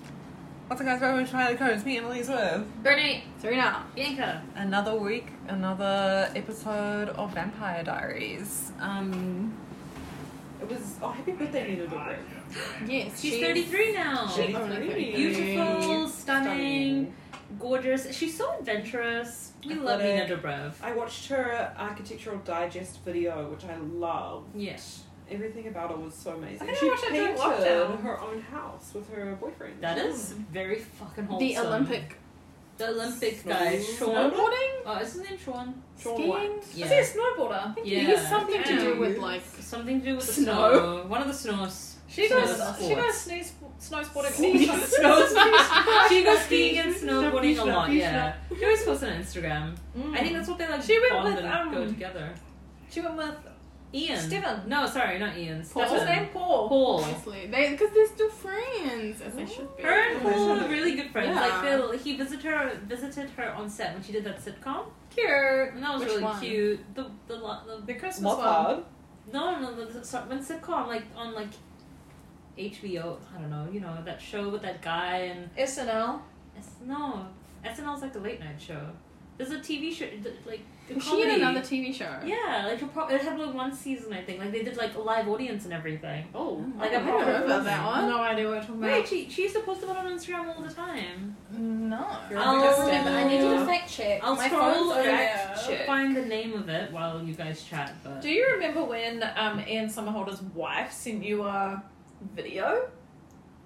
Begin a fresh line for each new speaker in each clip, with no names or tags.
What's up, guys? Welcome to Trying to Code. It's me, Annalise, with
Brittany,
Serena.
Bianca.
Another week, another episode of Vampire Diaries. Um, it was. Oh, happy birthday, Nina Dobrev.
Yes,
She's 33 now.
She's
only
pretty.
Oh, Beautiful, stunning, gorgeous. She's so adventurous. We love Nina
Athletic.
Dobrev.
I watched her architectural digest video, which I love.
Yes.
Everything about it was so amazing.
I think I
she
watched it during
painted
lockdown.
her own house with her boyfriend.
That is very fucking wholesome.
The Olympic
The Olympic guy, Sean.
snowboarding,
Oh, isn't it Sean?
Sean
skiing.
White.
I
Yeah.
think it's snowboarder.
Yeah.
It has something to do
Damn.
with like.
Something to do with the snow.
Snow.
One of the snows.
She
Snow
does.
sports.
She does snow, sp- snow sporting.
Sneeze.
all the time.
Snow sports. she goes skiing and snowboarding a lot. Yeah. She always posts on Instagram.
Mm.
I think that's what they like.
She went
bond
with,
and
um,
go together.
she went with
Ian.
Steven.
No, sorry, not Ian.
Paul. What's his
Stefan.
name? Paul.
Paul.
Obviously, they because they're still friends as they should be.
Her and Paul are really good friends.
Yeah.
Like they'll, he visited her visited her on set when she did that sitcom,
cute.
and that was
Which
really
one?
cute. The the, lo- the
The Christmas one.
Lockhart.
no no the, the so- when sitcom like on like HBO I don't know you know that show with that guy and
SNL.
it's, no SNL's like a late night show. There's a TV show th- like the
Was she in
comedy.
another TV show?
Yeah, like it probably had like one season I think. Like they did like a live audience and everything.
Oh,
Like
I
a
don't know about that one.
No idea what we're talking
Wait, she she used to post about it on Instagram all the time.
No. Um,
Oh.
I need you to fact check.
I'll
My
scroll
phone's over
back,
there.
find the name of it while you guys chat. But
Do you remember when um, Anne Summerholder's wife sent you a video?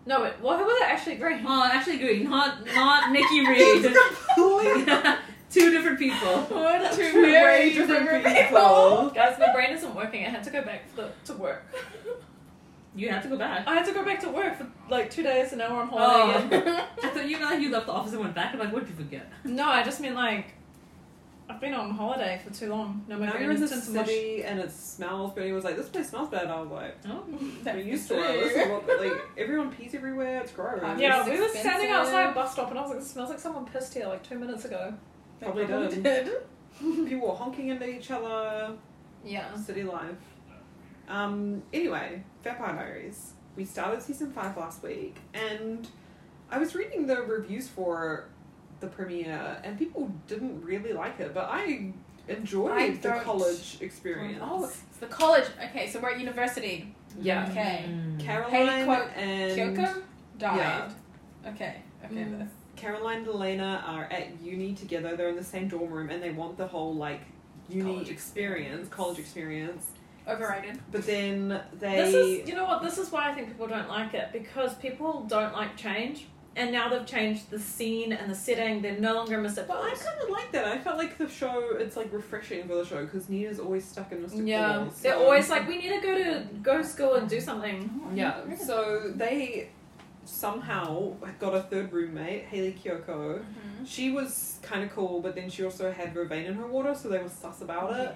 No, wait, well, who was it? Ashley Green.
oh, Ashley Green, not not Nikki Reed. Two different people.
What
Two
two
very
very
different
different
people.
people. Guys, my brain isn't working. I had to go back for the, to work.
You have to go back.
I had to go back to work for like two days and now we're on holiday. again.
I thought you meant like you left the office and went back. I'm like, what did you forget?
no, I just meant like I've been on holiday for too long. No, my
Now
brain
you're in the
is too much.
city and it smells bad. He was like, this place smells bad. I was like,
Oh,
we used to it. This is what, like, everyone pees everywhere. It's gross.
Yeah,
Yeah,
It's
we were standing
expensive.
outside a bus stop and I was like, it smells like someone pissed here like two minutes ago.
Probably
Probably
did. People were honking into each other.
Yeah.
City Life. Um, anyway, Vampire Diaries. We started season five last week, and I was reading the reviews for the premiere, and people didn't really like it, but I enjoyed
I
the
don't-
college experience.
Oh, it's the college. Okay, so we're at university.
yeah.
Okay.
Mm.
Caroline
Quote
and
Kyoko died.
Yeah.
Okay. Okay.
Mm.
that's-
Caroline and Elena are at uni together. They're in the same dorm room, and they want the whole like uni
College
experience, college experience.
Overrated.
But then they
This is, you know what? This is why I think people don't like it because people don't like change, and now they've changed the scene and the setting. They're no longer Mr.
Well, I
Paul's.
kind of like that. I felt like the show, it's like refreshing for the show because Nina's always stuck in Mr.
Yeah,
Paul's,
they're
so-
always like, we need to go to go to school and do something.
Yeah, so Mm-hmm. they somehow got a third roommate, Haley Kyoko.
Mm-hmm.
She was kind of cool, but then she also had vervain in her water, so they were sus about it.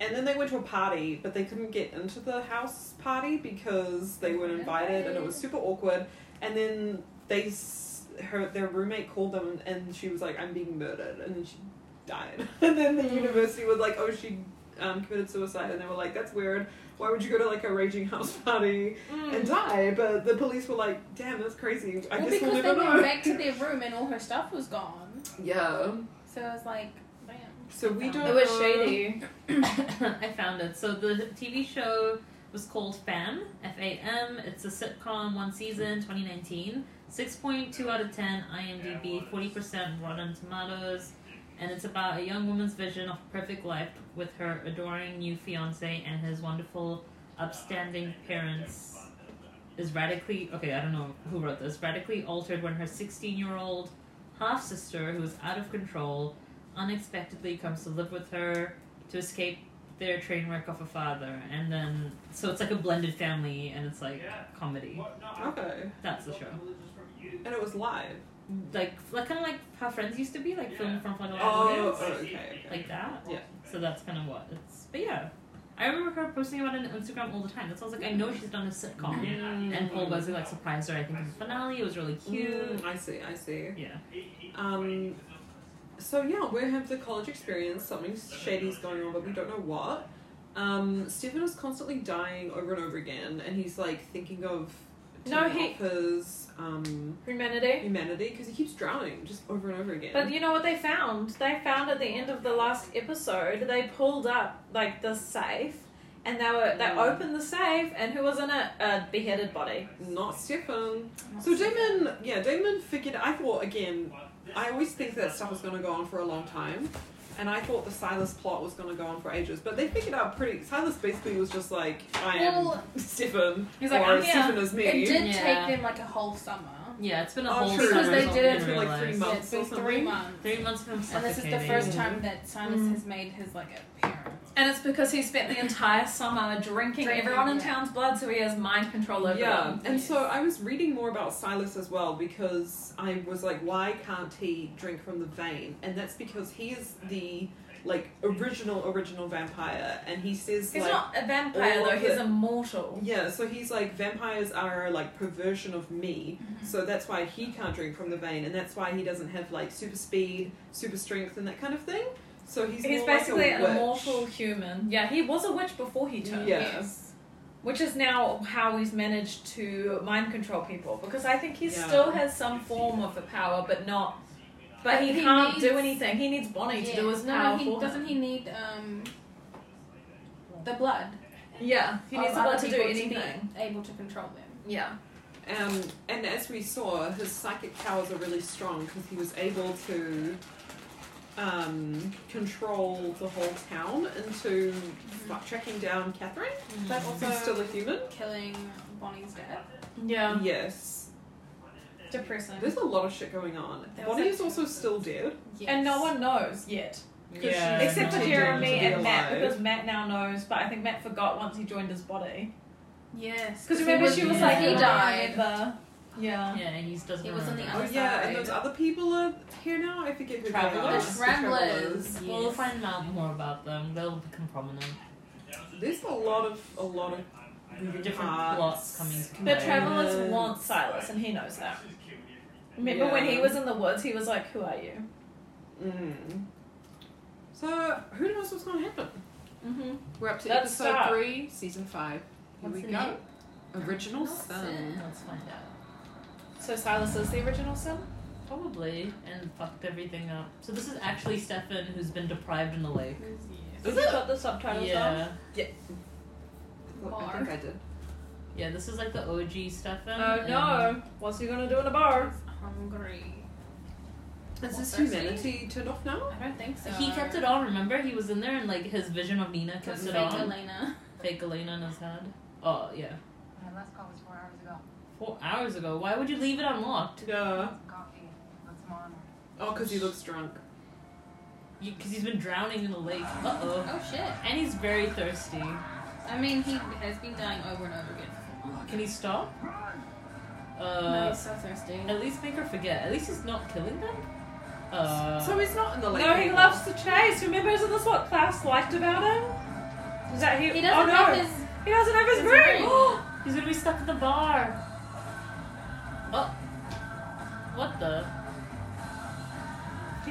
And then they went to a party, but they couldn't get into the house party because they weren't invited, and it was super awkward. And then they, s- her, their roommate called them, and she was like, "I'm being murdered," and then she died. And then the
Mm.
university was like, "Oh, she um, committed suicide," and they were like, "That's weird. Why would you go to like a raging house party
Mm.
and die?" But the police were like, "Damn, that's crazy. I
Well,
guess
because
we'll
they
never
went
know."
back to their room and all her stuff was gone.
yeah.
So it was like, damn.
So we don't.
It was
know-
shady.
I found it. So the TV show was called Fam, F A M. It's a sitcom, one season, 2019. 6.2 out of 10 IMDb, 40% Rotten Tomatoes. And it's about a young woman's vision of a perfect life with her adoring new fiance and his wonderful, upstanding parents. Is radically okay. I don't know who wrote this. Radically altered when her 16-year-old half sister, who is out of control, unexpectedly comes to live with her to escape their train wreck of a father, and then so it's like a blended family, and it's like comedy.
Okay,
That's the show.
and it was live.
Like, like kind of like how Friends used to be, like filmed from front of an
Oh,
audience,
okay. okay.
like that.
Yeah.
So that's kind of what it's. But yeah, I remember her posting about it on Instagram all the time. That's why I was like, I know she's done a sitcom, and Paul Wesley like surprised her. I think in the finale, it was really cute.
Mm, I see, I see.
Yeah.
Um, so yeah, we have the college experience. Something shady's going on, but we don't know what. Um, Stephen is constantly dying over and over again, and he's like thinking of to
No,
help
he-
his um,
Humanity.
humanity because he keeps drowning just over and over again.
But you know what they found? They found at the end of the last episode, they pulled up like the safe, and they were they
Mm.
opened the safe, and who was in it? A beheaded body.
not Stefan. So Damon, yeah, Damon figured. I thought again. I always think that stuff is going to go on for a long time, and I thought the Silas plot was going to go on for ages. But they figured out pretty. Silas basically was just like, I am
Well-
Stefan,
He's like,
or
"I'm here."
Stefan is me.
It did
Yeah.
take them like a whole summer.
Yeah, it's been a
Oh,
whole
true.
summer
Because they
is
did
all
it
we
for, like,
realized.
three
Yeah,
months.
it's been
Months or
three
something.
months.
Three months from
And this is the
suffocating.
first
Mhm.
time that Silas
Mm.
has made his like appearance.
And it's because he spent the entire summer drinking,
Drinking,
everyone in
yeah.
town's blood, so he has mind control over
Yeah,
them.
and so I was reading more about Silas as well because I was like, why can't he drink from the vein? And that's because he is the like original original vampire, and he says
He's
like,
not a vampire
all
though;
of
he's
it-
immortal.
yeah, so he's like vampires are like perversion of me, so that's why he can't drink from the vein, and that's why he doesn't have like super speed, super strength, and that kind of thing. So he's
He's,
more
basically
like a
an
witch.
immortal human. Yeah, he was a witch before he turned.
Yeah.
Yes.
Which is now how he's managed to mind control people because I think he
Yeah.
still has some form of a power, but not. But he,
He
can't do
needs-
anything. He needs Bonnie to do his
no,
power
he
for
doesn't
him.
he need um the blood.
yeah, he
of
needs
other
blood to do
people
anything.
be able to control them.
yeah,
Um, and as we saw, his psychic powers are really strong because he was able to um, control the whole town into like, tracking down Catherine,
Mm.
But
who's still
also
a human.
killing Bonnie's dad.
yeah,
yes,
depressing.
there's a lot of shit going on.
That was
Bonnie is
actually-
also still dead.
Yes.
And no one knows yet,
Yeah,
Yeah,
except for
no one
Jeremy
knows to be
and Matt,
alive.
because Matt now knows. But I think Matt forgot once he joined his body.
Yes.
Because
he
remember, she was
yeah.
like,
he
"I don't
died.
remember." Yeah.
Yeah, and he doesn't
He was on the
remember.
Oh yeah, and those
Outside.
other people are here now. I forget who they are.
Travelers.
The
Travelers.
We'll find out more about them. They'll become prominent.
There's a lot of a lot of moving
Different
parts.
plots coming to
The
play.
travelers want Silas, and he knows that. Remember when he
Yeah.
was in the woods, he was like, "Who are you?"
Mm. So who knows what's going to happen?
Mm-hmm.
We're up to
Let's
episode
start.
three, season five. Here
What's
we
the
go.
name?
Original
Nelson.
Sun.
Let's find out.
So Silas is the original son.
Probably. And fucked everything up. So this is actually Stefan who's been deprived in the lake.
Is
Is
it?
Got the subtitles
yeah. Um,
Look, I
Bar.
think I did.
Yeah, this is like the OG Stefan.
on. Oh no! What's he gonna do in a bar?
Hungry.
Is this
Thursday?
humanity turned off now?
I don't think so.
and He kept it on, remember? He was in there and like his vision of Nina
It was
kept it
fake
on.
Elena.
Fake Elena in his head. Oh, yeah.
My last call was four hours ago.
Four hours ago. Why would you leave it unlocked?
Yeah.
Coffee. Let's monitor.
Oh, because he looks drunk.
Because he's been drowning in the lake. Uh oh.
Oh shit.
And he's very thirsty.
I mean, he has been dying over and over again.
Can he stop?
no,
Uh,
he's so thirsty.
at least make her forget. At least he's not killing them. Uh,
so he's not in the lake.
no, he
anymore.
loves to chase. Remember, isn't this what Klaus liked about him? Is that he?
He doesn't
oh, no.
have his.
He doesn't have his,
his
room.
room.
he's gonna be stuck in the bar. Oh, what the?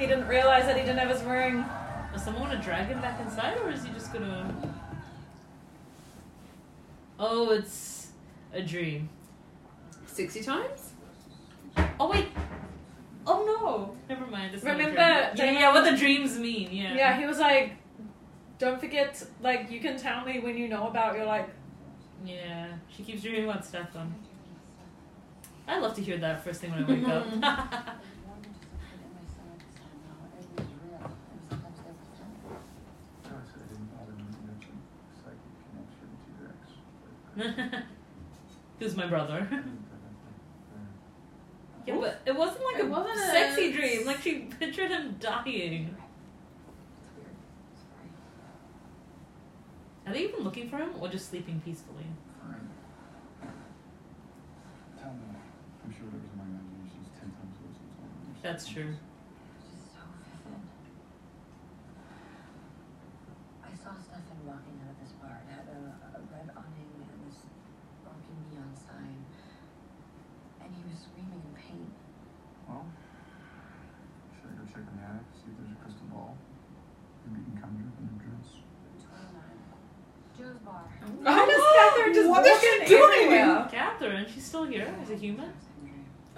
he didn't realize that he didn't have his ring.
Does someone want to drag him back inside, or is he just gonna? Oh, it's a dream.
Sixty times.
Oh wait. Oh no. Never mind. It's not a
Remember
dream.
they-
Yeah, yeah. What the dreams mean? Yeah.
Yeah. he was like, "Don't forget, like, you can tell me when you know about your like."
Yeah. She keeps dreaming about Stefan. I love to hear that first thing when I wake up.
Joyce, I didn't bother to mention psychic connection to your ex.
Who's my brother? Yeah,
Oof.
but it wasn't like
It
a
wasn't a-
sexy dream. Like she pictured him dying. Are they even looking for him or just sleeping peacefully?
Fine. Tell me, I'm sure it was my imagination, it's ten times worse than someone else's.
That's true.
I saw Stefan walking out of this bar. It had a, a red awning and this broken neon sign. And he was screaming in pain.
Well, should I go check in the attic, see if there's a crystal ball? Maybe you can conjure up an entrance.
29. Joe's bar.
Why
Why does Catherine just
what
walk
is she
in
doing?
everywhere?
Catherine? and she's still here as a human.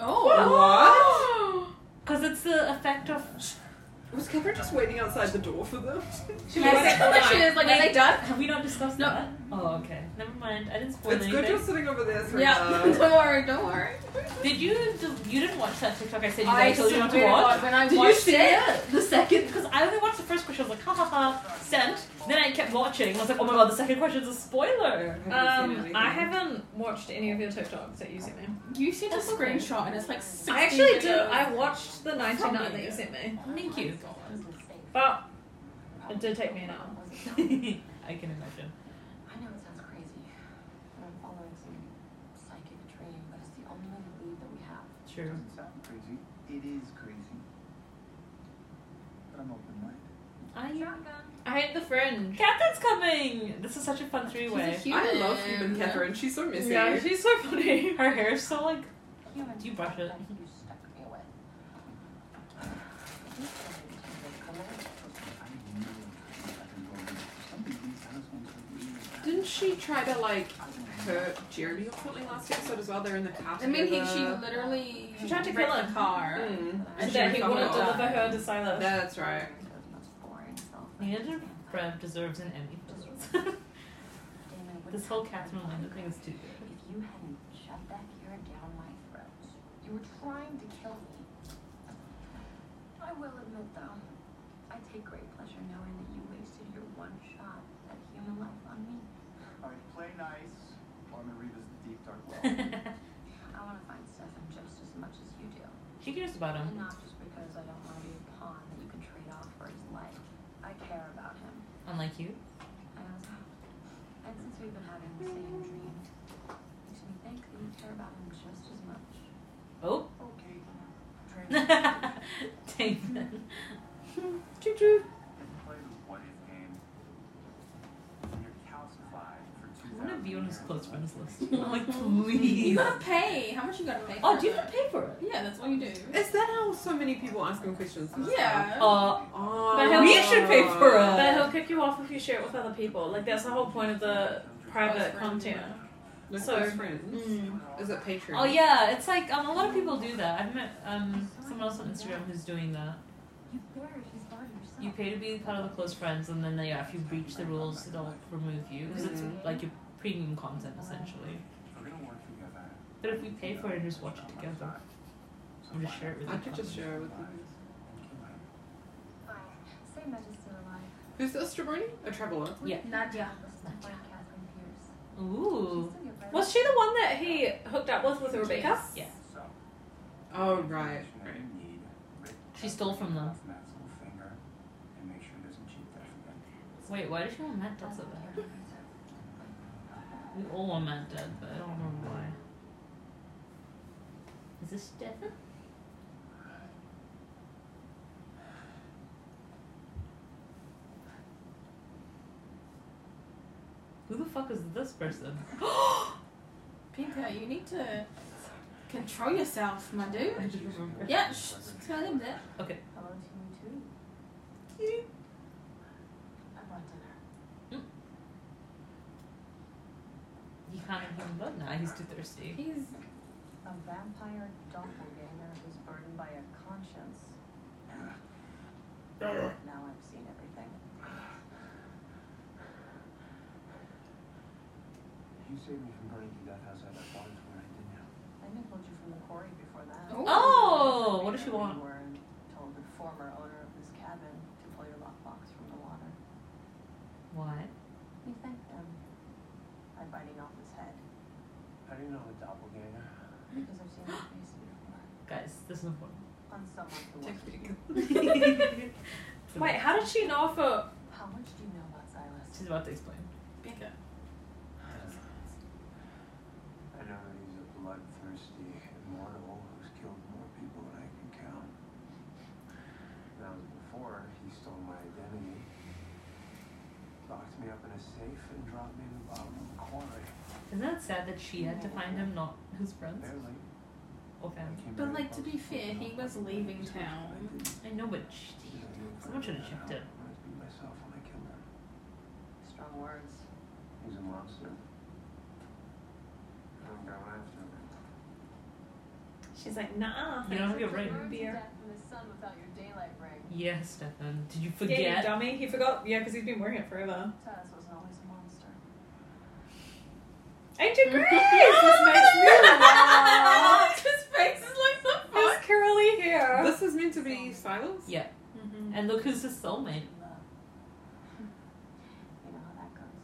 Oh.
What?
Because it's the effect of.
Was Catherine just waiting outside the door for them?
She was like, oh, she is like, are they done?
Have we not discussed
No.
that? Oh, okay. Never mind. I didn't spoil
It's
anything.
good you're sitting over there. uh, Serena.
Yeah. Don't worry, don't worry.
Did you? You didn't watch that TikTok I said you
I
guys told you not to
swear
watch.
God, when I
Did you
watched
see
it,
The second, because I only watched the first question, I was like, ha ha ha, sent. Then I kept watching, I was like, oh my god, the second question's a spoiler.
I haven't seen
Um,
anything.
I haven't watched any of your TikToks that you sent me.
you sent a
That's okay.
screenshot and it's like 60
I actually
videos.
did. I watched the 99
Probably.
that you sent me,
Thank you.
but it did take me an hour.
I can imagine.
I know it sounds crazy, but I'm following some psychic training, but it's the only way to believe that we have.
True.
Doesn't sound crazy. It is crazy. But I'm open minded.
Are you?
I hate the fringe.
Captain's coming! This is such a fun three
She's
way.
a human.
I love human Catherine. She's so messy.
Yeah, she's so funny.
Her hair is so like.
Human
You brush it.
that You stuck me with. These things are the color of-
I knew I could go in. Something inside us wants to leave.
Didn't she try to like
I don't know.
hurt Jeremy or something last episode as well? They're in the car.
I mean, he, she
together.
literally
She tried to
wrecked
kill
the
him.
car.
Mm.
And
And
she
that he
recovered.
wouldn't deliver her to Silas.
That's right.
Those most boring self-
Neither Brev deserves an Emmy for this.
Damon, it would
this whole
not have
Catherine
been
Landa
fun
thing is too good.
If you hadn't shoved that carrot down my throat, you were trying to kill me. I will admit, though, I take great pleasure knowing that you wasted your one shot at human life on me.
Alright, play nice. Or I'm gonna revisit the deep dark well.
I want to find Stefan just as much as you do.
she cares about
And
him.
not just because I don't want to be a pawn that you can trade off for his life. I care about him.
Unlike you.
I also, and since we've been having the same dream, makes me think that you care about him just as much.
Oh.
okay. Train.
Damon.
Choo choo.
and play the what if game. And you're calcified for two
I want to
thousand
be on his
years.
close friends list. I'm like, please.
You gotta pay. How much you gotta pay?
Oh,
for
do you
it?
have to pay for it?
Yeah, that's what you do.
Is that how so many people ask him questions?
Yeah.
Uh,
Oh.
But we
should pay for it.
But he'll kick you off if you share it with other people. Like that's the whole point of the private
Close friend.
content. Mm.
No
So-
close friends. Is it Patreon?
Oh yeah, it's like um, a lot of people do that. I've met um, someone else on Instagram who's doing that.
You buried his body yourself.
You pay to be part of the close friends, and then they, yeah, if you breach the rules, they'll remove you because
Mhm.
it's like your premium content essentially.
We're gonna work together.
But if we pay for it and just watch it together,
So
and
why
just share it with
I
each
could just
other.
share it with you.
Fine. Say Matt is still alive.
Who's the Straboni? A traveler.
Nadia.
Listen to like Catherine Pierce.
Ooh,
She's still your friend.
Was she the one that he hooked up with with Rebecca?
yeah,
So.
Oh right.
information that you need, Rick,
she stole from them.
off Matt's little finger and make sure it doesn't cheat that again.
Wait, why did she want Matt dead so bad? We all want Matt dead, but I don't remember why. Is this Stefan? Who the fuck is this person? Oh.
Pinka, you need to control yourself, my dude.
didn't remember.
Yeah, sh- tell him that.
Hello to you too. I want dinner.
He can't have human blood now. He's too thirsty.
He's a vampire doppelganger who's burdened by a conscience.
Uh,
now I've seen everything.
You saved me from burning to death outside that barn where I didn't have.
I nickled you from the quarry before that.
Oh.
Oh, what does she
Where
want?
You were and told the former owner of this cabin to pull your lockbox from the water.
Why?
We thanked them by biting off his head
How do you know the doppelganger?
because I've seen his face before
Guys, this is important.
on someone who was.
Wait, how did she know if it
How much do you know about Silas?
She's about to explain.
Pinka.
I know that he's a bloodthirsty immortal who's killed more people than I can count. That was before he stole my identity, locked me up in a safe, and dropped me in the bottom of a quarry.
Isn't that sad that she had to find him, not his friends
Barely.
or family?
But, like, to be fair, he was leaving town.
I know, but she, someone should have checked it.
I beat myself when I killed him.
Strong words.
He's a monster. I'm going after him.
She's like, nah.
You don't have your ring.
Burned to
Beer.
death in the sun without your daylight ring.
Yes, Stefan. Did you
Yeah,
forget?
you dummy. He forgot. Yeah, because he's been wearing it forever.
Taz was always a monster.
Ancient Greece.
His face is like the
His curly hair.
This is meant to be silence?
yeah. And look who's his soulmate.
Love. you know how that goes.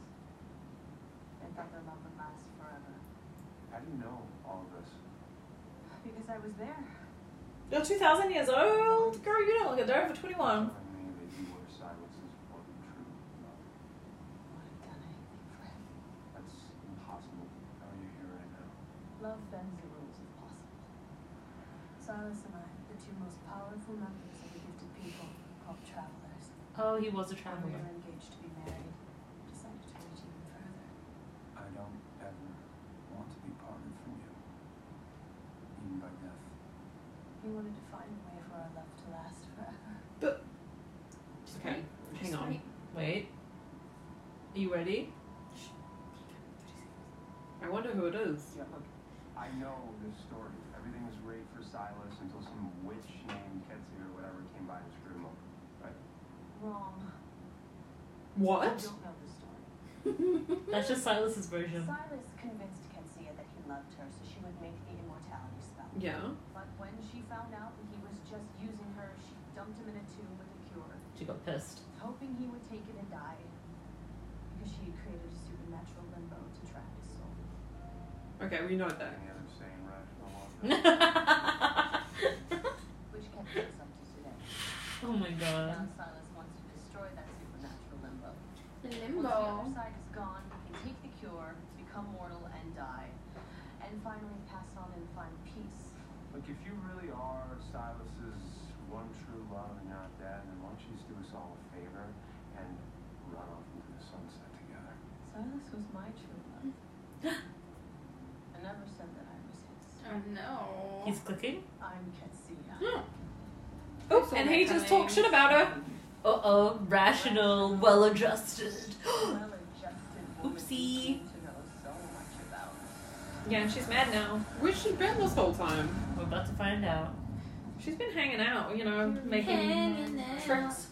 They thought their love would last forever.
How do you know all this?
Because I was there.
You're 2,000 years old. Girl, you don't look a day over 21.
Telling me that you were Silas's one true love.
Would have done anything for him.
That's impossible. How are you here right now?
Love bends the rules if possible. Silas and I, the two most powerful members of the gifted people called travelers,
Oh, he was a
when we
traveler.
were engaged to be married, decided to reach even further.
I don't ever want to be parted from you. Even by death.
We wanted to find a way for our love to last forever.
Okay. Hang on.
Wait. Are you ready?
I wonder who it is.
Yeah, look, I know this story. Everything was great for Silas until some witch named Ketsu or whatever came by and screwed him over. Right?
Wrong. You
What?
don't know the story.
That's just Silas's version.
Silas convinced Ketsia that he loved her so she would make the immortality spell.
Yeah.
But when she found out that he was just using her, she dumped him in a tomb with a cure,
She got pissed.
hoping he would take it and die. Because she had created a supernatural limbo to trap his soul.
Okay, we know that.
Any other sane rational woman?
oh
Which Ketsia is up to today.
my
Now
god.
Silas wants to destroy that supernatural limbo. Once the
Limbo.
other side is gone, they take the cure, become mortal, and die. And finally pass on and find peace.
Look, if you really are Silas's one true love and not dead, then why don't you just do us all a favor and run off into the sunset together?
Silas was my true love. I never said that I was his.
Oh no.
He's clicking?
I'm Ketsia.
Hmm. Oh, and he just talked shit about her.
Uh oh. Rational, well adjusted.
Well-adjusted woman you
Oopsie.
claim to know so much about.
Yeah, and she's mad now.
Where's she been this whole time?
We're about to find out.
She's been hanging out, you know, making.
Hanging out.
Tricks.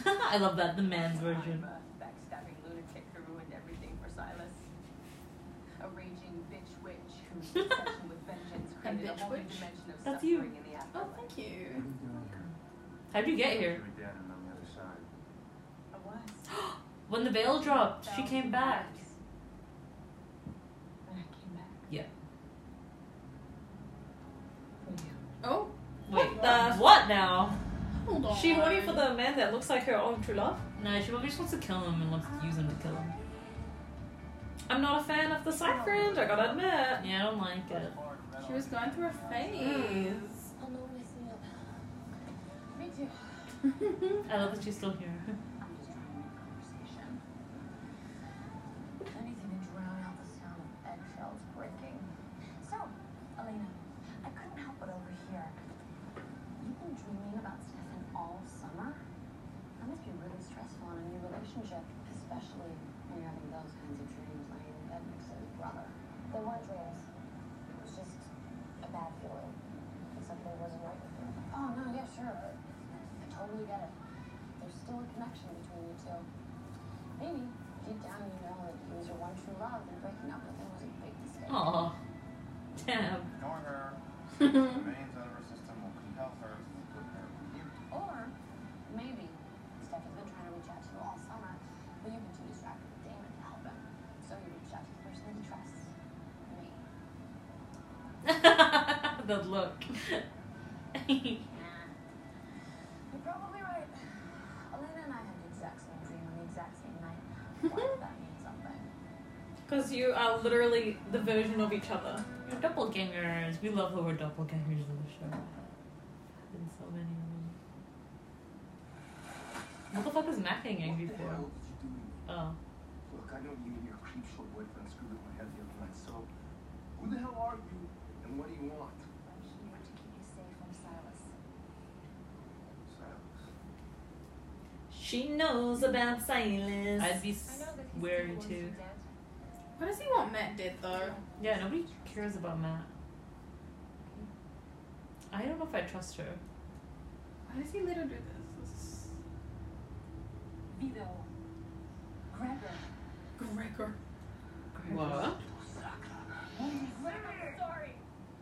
Story.
I love that, the man's
I'm
version.
a backstabbing lunatic who ruined everything for Silas. A raging bitch witch whose obsession with vengeance created a
bitch
whole new
witch?
dimension of
That's you.
suffering in the
Oh,
afterlife.
thank you.
What are you doing here?
How'd you get
You
here?
were dead and on the other side.
I was.
When the veil dropped, she came back.
And I came back.
Yeah.
For you.
Oh,
Wait, uh,
What the-
what now?
hold on.
She horny for the man that looks like her own true love.
No, she probably just wants to kill him and wants to use him to kill him.
I'm not a fan of the side friend, I gotta admit.
Yeah, I don't like it.
She was going through a phase.
I'll normally see you. Me too.
I love that she's still here.
I'm just trying to make conversation. Anything to drown out the sound of eggshells breaking. So, Elena, I couldn't help but overhear. You've been dreaming about Stefan all summer? That must be really stressful in a new relationship, especially when you're having those kinds of dreams lying in bed next to his brother.
They weren't dreams. It was just a bad feeling. That something wasn't right with you.
Oh, no, yeah, sure, but
I totally get it. There's still a connection between you two. Maybe deep down you know that he was your one true love and breaking up with him was a big mistake.
Aw. Damn.
Ignore her. Remains out of her system will compel her to put her you.
Or maybe Stephanie's been trying to reach out to you all summer, but you've been too distracted with Damon to help him. So you reached out to the person that he trusts. Me.
the look.
You're probably right. Elena and I had the exact same dream on the exact same night. Why did that mean something?
Because you are literally the version of each other.
We're doppelgangers. We love the word doppelgangers in the show. In so many of them. What the fuck is Mac getting angry
What the
for?
hell did you do to me?
Oh.
Look, I know you and your creep show boyfriend screwed with my head the other night, so who the hell are you and what do you want?
I'm here to keep you safe from Silas.
Silas.
She knows about silence.
I'd be s- wary too.
What does he want Matt dead though?
Yeah, nobody cares about Matt. I don't know if I trust her.
Why does he let her do this? This is-
Vito. Gregor.
Gregor.
What?
I'm sorry,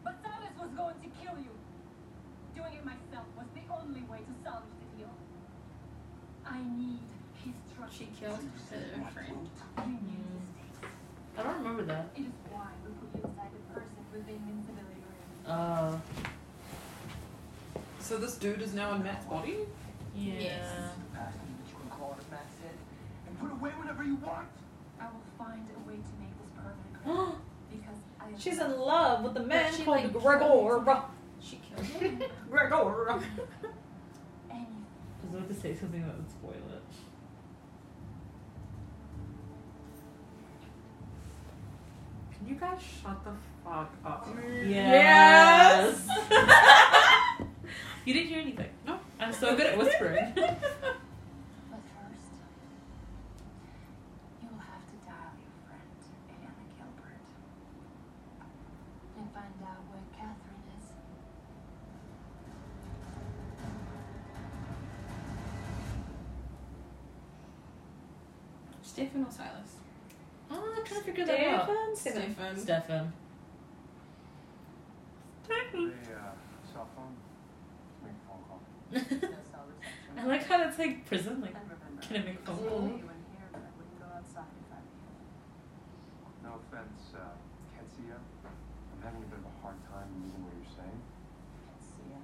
but Silas was going to kill you. Doing it myself was the only way to salvage the deal. I need his trust.
She killed her friend.
You knew this.
I don't remember that.
It is why we put you inside the person with the invincibility ring.
Uh,
So this dude is now in Matt's body?
yeah.
Yes.
Passing that you can call it a max hit and put away whenever you want.
I will find a way to make this permanent. Greg, because I.
She's in love with the man
she,
called
like,
Gregor.
She killed him.
Gregor.
Anything.
I was about to say something that would spoil it.
Can you guys shut the fuck up?
Yes. you didn't hear anything.
No.
I'm so good at whispering.
But first, you will have to dial your friend, Anna Gilbert, and find out where Catherine is.
Stefan or Silas?
oh, I'm trying to figure that out.
Stefan. Stefan.
Stefan.
Stefan.
Hey, uh, cell phone? Let's make a phone call.
No cell reception.
I like how it's like prison. Like,
And remember,
can I make a
I
phone
will
call?
let you in here, but I wouldn't go outside if I were you.
No offense, uh, Ketsia. I'm having a bit of a hard time reading what you're saying.
Let's see ya.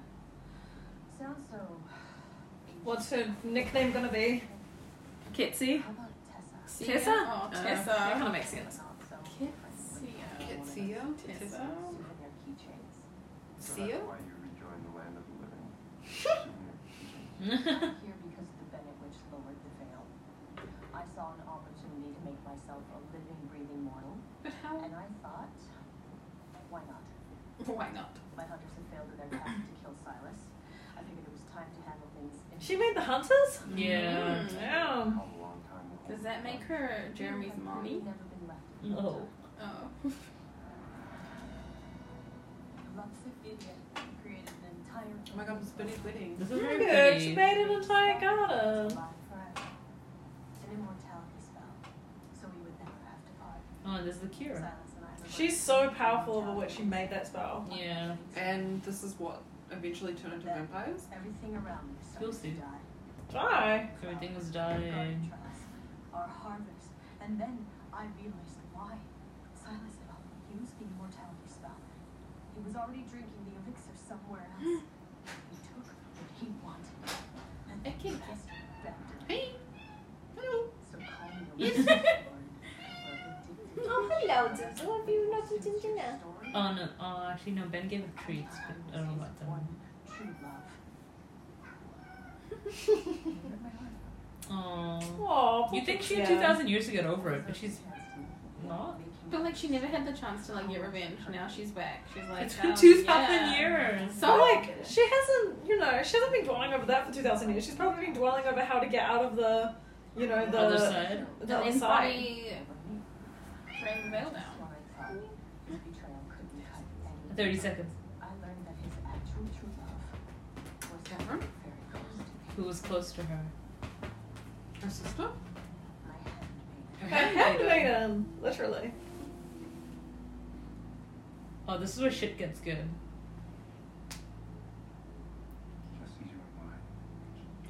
Sounds so.
What's her nickname gonna be?
Kitsy.
How about Tessa?
Sia?
Tessa?
Oh,
Uh,
Tessa.
that kind of makes sense.
Not so friendly.
Kitsia.
Ketsia?
Tessa.
Oh.
Suit in their keychains.
So
Sia?
that's why you rejoined the land of the living. Souvenir kitchen.
here because the Bennett witch lowered the veil. I saw an opportunity to make myself a living, breathing mortal,
But how?
and I thought, why not?
Why not?
My hunters had failed in their task to kill Silas. I figured it was time to handle things. In-
She made the hunters?
yeah.
Yeah.
How long time will
Hmm. Does that make her Jeremy's mommy?
Never been left.
Mm.
No.
Oh.
Luxic idiot created an entire.
Oh my god, I'm spinning bleeding.
This is
Very
very
good. She
pretty.
made an entire garden.
Alive forever. An immortality spell, so we would never have to part.
Oh, and this is the cure.
Silas and I. were
She's so powerful over what she made that spell.
Yeah.
And this is what eventually turned into vampires?
Everything around me
You'll
starts to
see.
die.
Try.
Everything was
garden
dying.
trellis, our harvest, and then I realized why. Silas had already used the immortality spell. He was already drinking the elixir somewhere else.
Hmm.
he took what he wanted, and
It
he
can-
just grabbed it.
Hey! Hello!
So call me a wizard or-
Oh,
Oh,
or addicted
Dizzle. Have you
to story.
Oh no. Oh, actually no. Ben gave her treats, but I don't know about them.
One true love. Remember my heart.
Oh.
Aw,
You think she had
yeah.
two thousand years to get over it, but she's
Chance to
not.
make him
But like she never had the chance to like get revenge. Now she's back. She's like
It's been
oh,
two thousand
yeah.
years.
So like she hasn't, you know, she hasn't been dwelling over that for two thousand years. She's probably been dwelling over how to get out of the, you know, the
Other side.
the
The
other
end
side.
body
never meet.
ran the veil down.
When I thought his betrayal couldn't cut any-
Thirty seconds.
I learned that his actual true love was
Catherine?
very close to me.
Who was close to her?
Her sister?
My handmaid.
Her handmaiden.
Handmaiden, literally.
Oh, this is where shit gets good.
Just as you were mine.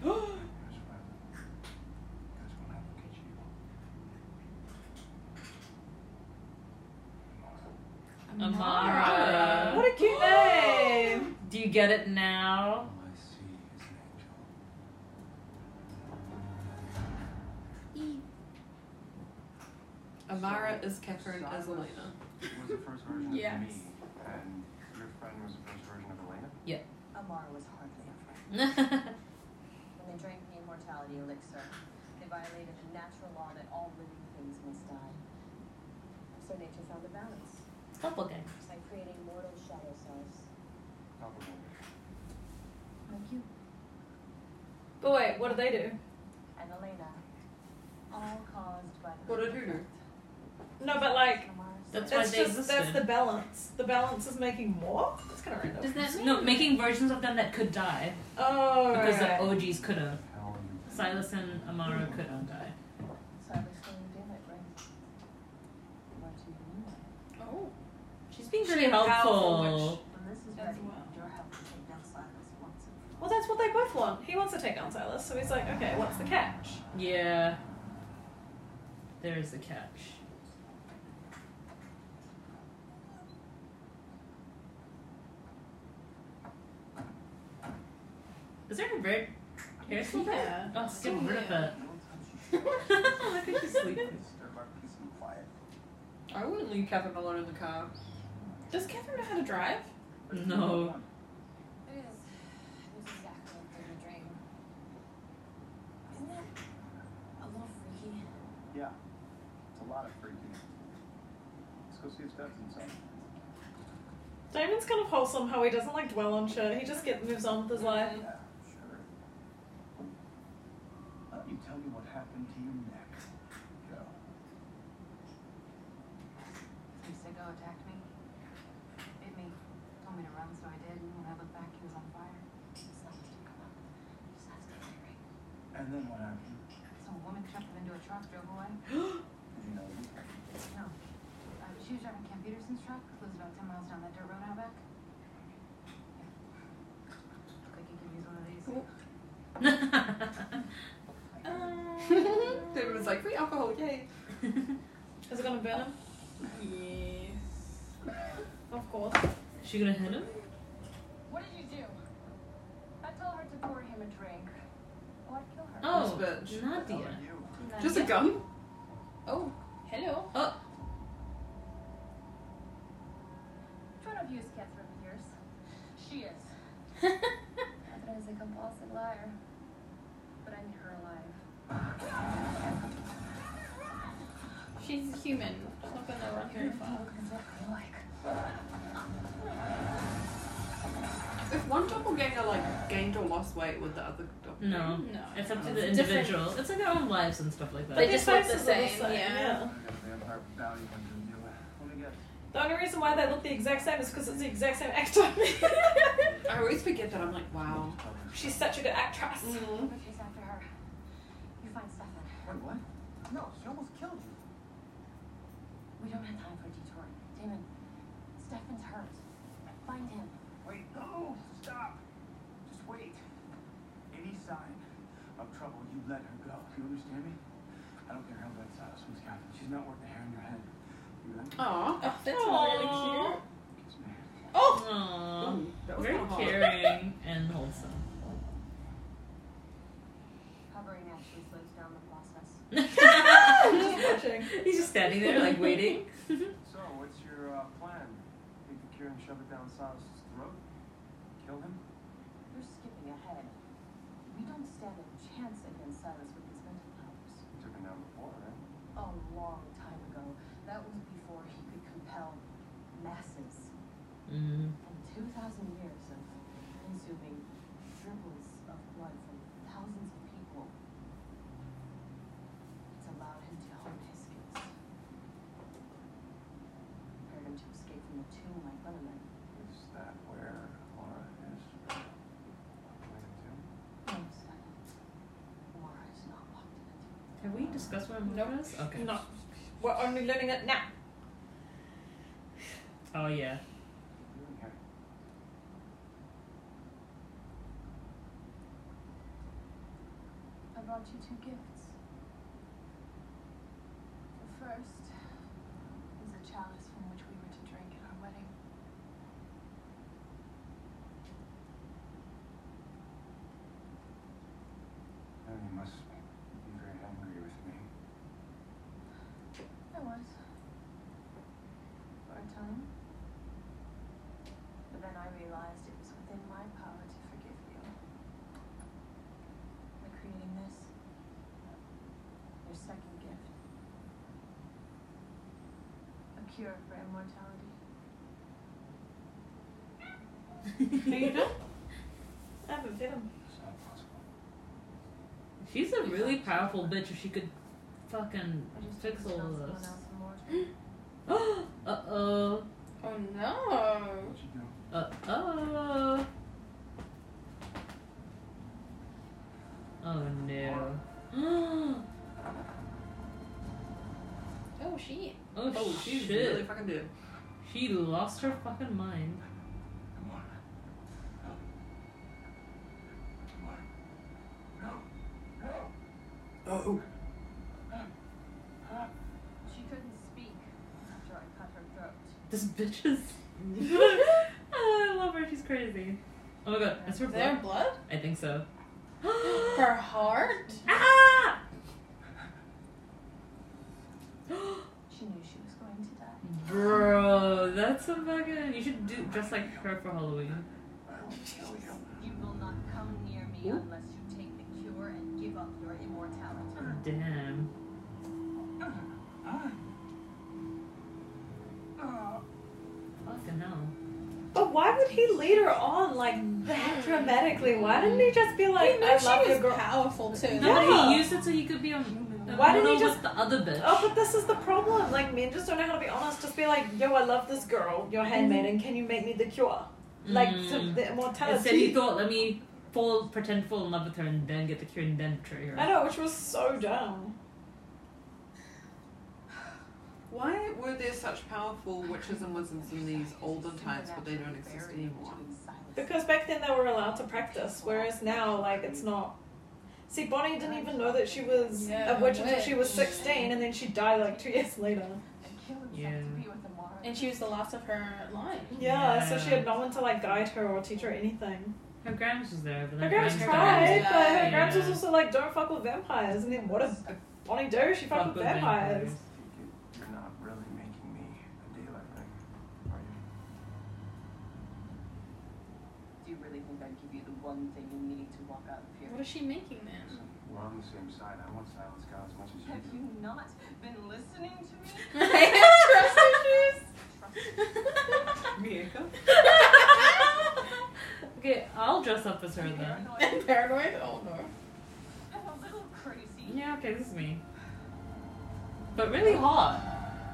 That's when that's when I look at you.
Amara.
What a cute name.
Do you get it now?
All I see is an angel.
Amara is Catherine as
Silas
Elena.
Was the first version
Yes.
of me, and your friend was the first version of Elena.
Amara was hardly a friend.
That's
When they drank the immortality elixir, they violated the natural law that all living things must die. So nature found a balance
Doppelganger.
by creating mortal shadow selves.
Probably.
Like you
But wait, what do they do?
and Elena. All caused by the
What did who do?
No, but like
Amara's
That's why
That's
they
just
existed.
that's the balance. The balance is making more. That's kind of random.
Does that mean?
no, making versions of them that could die
Oh,
because
right.
the OGs couldn't.
How are you?
Silas and Amara couldn't die.
Silas going to it, right? What do you mean?
Oh,
She's being
She's
really
a powerful
helpful.
When this is
As
ready,
well.
your help to take down Silas once and for all.
Well, that's what they both want. He wants to take down Silas, so he's like, okay, what's the catch?
Yeah. There is a catch. Is there a red hair still there?
yeah.
Oh, let's get rid of it.
Don't touch it.
Look at you sleeping.
Disturb our peace and quiet.
I wouldn't leave Catherine alone in the car.
Does Catherine know how to drive?
No.
It is. It was exactly like in a dream. Isn't that a little freaky?
Yeah. It's a lot of freaking. Let's go see if Scott's inside.
Damon's kind of wholesome how he doesn't like dwell on shit. He just get moves on with his life.
Yeah, sure. Why don't you tell me what happened to your neck? Go.
He said, go attacked me. Bit me. Told me to run, so I did. And when I looked back, he was on fire. His legs didn't come up. He just has to be right.
And then what happened?
Some woman chucked him into a truck, drove away.
You know, you-
No. Uh, she was driving Cam Peterson's truck, lives about 10 miles down that dirt road out back. Yeah. Looked like you could use one of these.
Mm. David was like, free alcohol, yay.
Is it gonna burn him?
yes.
Of course.
she gonna hit him?
What did you do? I told her to pour him a drink.
What killed her?
Oh,
This bitch.
How are
Nadia.
you?
Just a gun?
Oh, hello.
Which one of you is Catherine Pierce?
She is.
Catherine is a compulsive liar. But I need her alive.
She's human. She's not gonna run very far.
If one doppelganger like gained or lost weight, would the other doppelganger?
No.
No.
It's up to the
It's different.
individual. It's like their own lives and stuff like that.
They
But
just
their
look the
faces are
same, yeah.
I got a vampire bounty hunter to do it. Let me guess.
The only reason why they look the exact same is because it's the exact same actor.
I always forget that. I'm like, wow.
She's such a good actress.
Mm.
Mm-hmm.
Look who's after her. You find Stefan.
Wait, what? No, she almost killed you.
We don't have time for a detour. Damon, Stefan's hurt. Find him.
Wait, no, stop. Just wait. Any sign of trouble, you let her go. You understand me? I don't care how bad Silas was, Captain. She's not worth a hair on your head. You ready?
Aw.
Oh, that's really
Aw.
cute.
Kiss me.
oh! Aww.
Ooh, that was
Very
kinda hot.
caring and wholesome.
Hovering actually slows down the process.
He's just standing there, like waiting.
So, what's your uh, plan? Take the cure and shove it down Silas's throat? Kill him?
You're skipping ahead. We don't stand a chance against Silas with his mental powers.
You took him down before, right?
A long time ago, that was before he could compel masses.
Mm.
And 2,000 years of consuming dribbles of blood from thousands of people, it's allowed him to hone his skills. Prepared him to escape from the tomb like other men.
Is that where Laura is? Wait, too?
No, Stella. Laura is not locked in the tomb.
Have we discussed where Amora
Nope.
is? Okay.
No. We're only learning it now.
Oh yeah.
Really? Okay.
I brought you two gifts.
The first is a chalice from which we were to drink at our wedding.
Now you must be very angry with me.
I was. For a time. But then I realized it was within my power to forgive you. For creating this. Your second gift. A cure for immortality.
I haven't been him.
It's not possible.
She's a really powerful bitch if she could fucking
I just
fix all
found
of
someone
this.
else immortal.
oh Uh oh.
Oh no.
What you do?
Uh oh. Oh no. oh
Oh shit.
oh
she's
shit.
really fucking dead.
she lost her fucking mind.
Come on. No. Come on. No. No.
Oh,
She couldn't speak after I cut her throat.
This bitch is. Oh, I love her. She's crazy. Oh my god, is her
Is there
blood?
blood?
I think so.
Her heart?
ah!
She knew she was going to die.
Bro, that's a fucking. You should do dress like her for Halloween.
I will kill you.
You will not come near me
Ooh.
unless you take the cure and give up your immortality.
Damn.
Huh? Oh.
Fucking hell.
But why would he lead her on like that dramatically? Why didn't he just be like,
he knew
I
she
love
was
your girl?
powerful too.
No,
Yeah.
he used it so he could be a.
Why didn't
no,
he just-
with the other bitch?
Oh, but this is the problem. Like, men just don't know how to be honest. Just be like, yo, I love this girl, your handmaiden. Can you make me the cure? Like, to
Mm.
the
Instead, he
immortality.
thought, let me fall, pretend to fall in love with her and then get the cure and then betray her.
I know, which was so dumb.
why were there such powerful witches and wizards in these olden times, but they don't exist anymore?
Because back then they were allowed to practice, whereas now, like, it's not. See, Bonnie didn't even know that she was
Yeah,
a witch until
witch.
she was 16, and then she died like two years later.
And kill himself
Yeah.
to be with Amara.
And she was the last of her line.
Yeah, so
Yeah.
she had no one to, like, guide her or teach her anything.
Her grams was there, but
Her
then
grams
Grimes
tried,
died.
but her
Yeah.
grams was also like, don't fuck with vampires. And then what did Bonnie do? She fucked with vampires.
I think it- you're not really making me a daylight ring, are you?
Do you really think I'd give you the one thing you need to walk out of here?
What is she making then?
We're on the same side. I want Silence God as much as
Have
you do.
you not been listening to me? Trust me.
Mieka?
Okay, I'll dress up as her then.
Paranoid.
Paranoid? Oh no.
I'm a little crazy.
Yeah, okay, this is me. But really hot.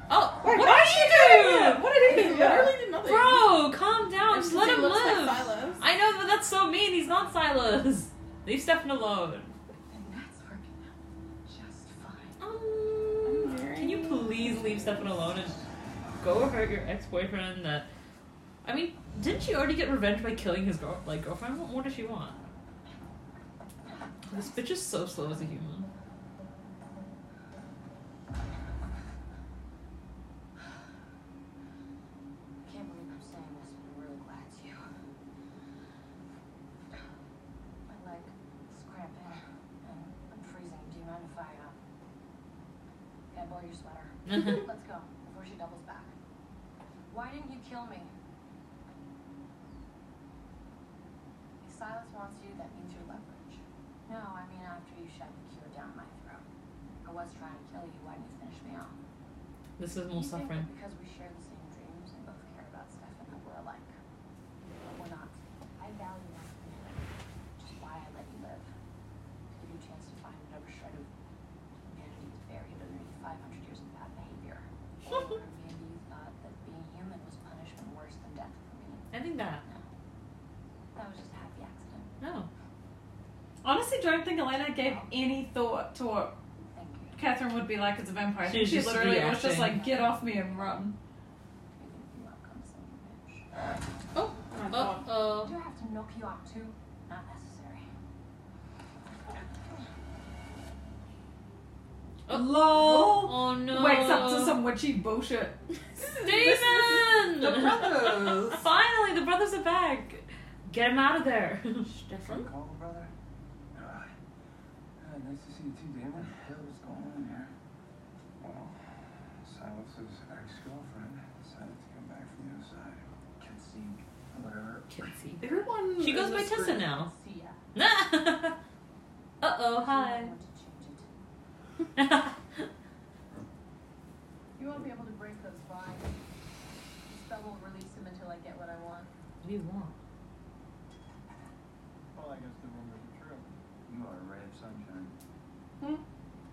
Oh,
Wait,
what
why
did
is
she
she doing
do?
that? What did he do?
Literally did nothing.
Bro, calm down.
And
Just
since
let
he
him
looks
live.
Like Silas.
I know, but that's so mean. He's not Silas. Leave Stefan alone.
And that's working out just fine.
Um, can you please leave Stefan alone and go hurt your ex-boyfriend? That I mean, didn't she already get revenge by killing his girl like girlfriend? What more does she want? This bitch is so slow as a human.
Can't believe I'm saying this, but I'm really glad it's you. My leg is cramping and I'm freezing. Do you mind if I, um, can I borrow your sweater? Let's go before she doubles back. Why didn't you kill me? If Silas wants you, that means you're leverage. No, I mean after you shoved the cure down my throat. I was trying to kill you. Why didn't you finish me off?
this is more
You think
suffering.
that Because we share the same dreams and both care about stuff and that we're alike. But we're not. I value that commitment, which is why I let you live. To give you a chance to find whatever shred of humanity is buried underneath 500 years of bad behavior. Or maybe you thought that being human was punishment worse than death for me.
I think that
That was just a happy accident.
no.
Honestly, don't think Elena gave any thought to what
Thank you.
Catherine would be like as a vampire.
She was
she
just
literally was just
reacting.
like, get off me and run.
Even if you outcome some bitch.
Oh my
Uh
god.
oh.
Do I have to knock you out too? Not necessary.
Lol.
Oh no.
Wakes up to some witchy bullshit.
Damon.
The brothers!
Finally, the brothers are back. Get him out of there.
Phone
Stefan.
call, brother? Uh, uh, nice to see you too, Damon. What the hell is going on here? Well, Silas's ex-girlfriend decided to come back from the other side. Can't see whatever.
Kitsy.
Everyone.
She
in
goes by
this
Tessa
group-
now.
See ya.
uh oh, hi.
You want to change it. You won't be able to break those bonds. The spell won't release him until I get what I want.
do you want?
Well, I guess the rumors are true. You are a ray of sunshine.
Hmm?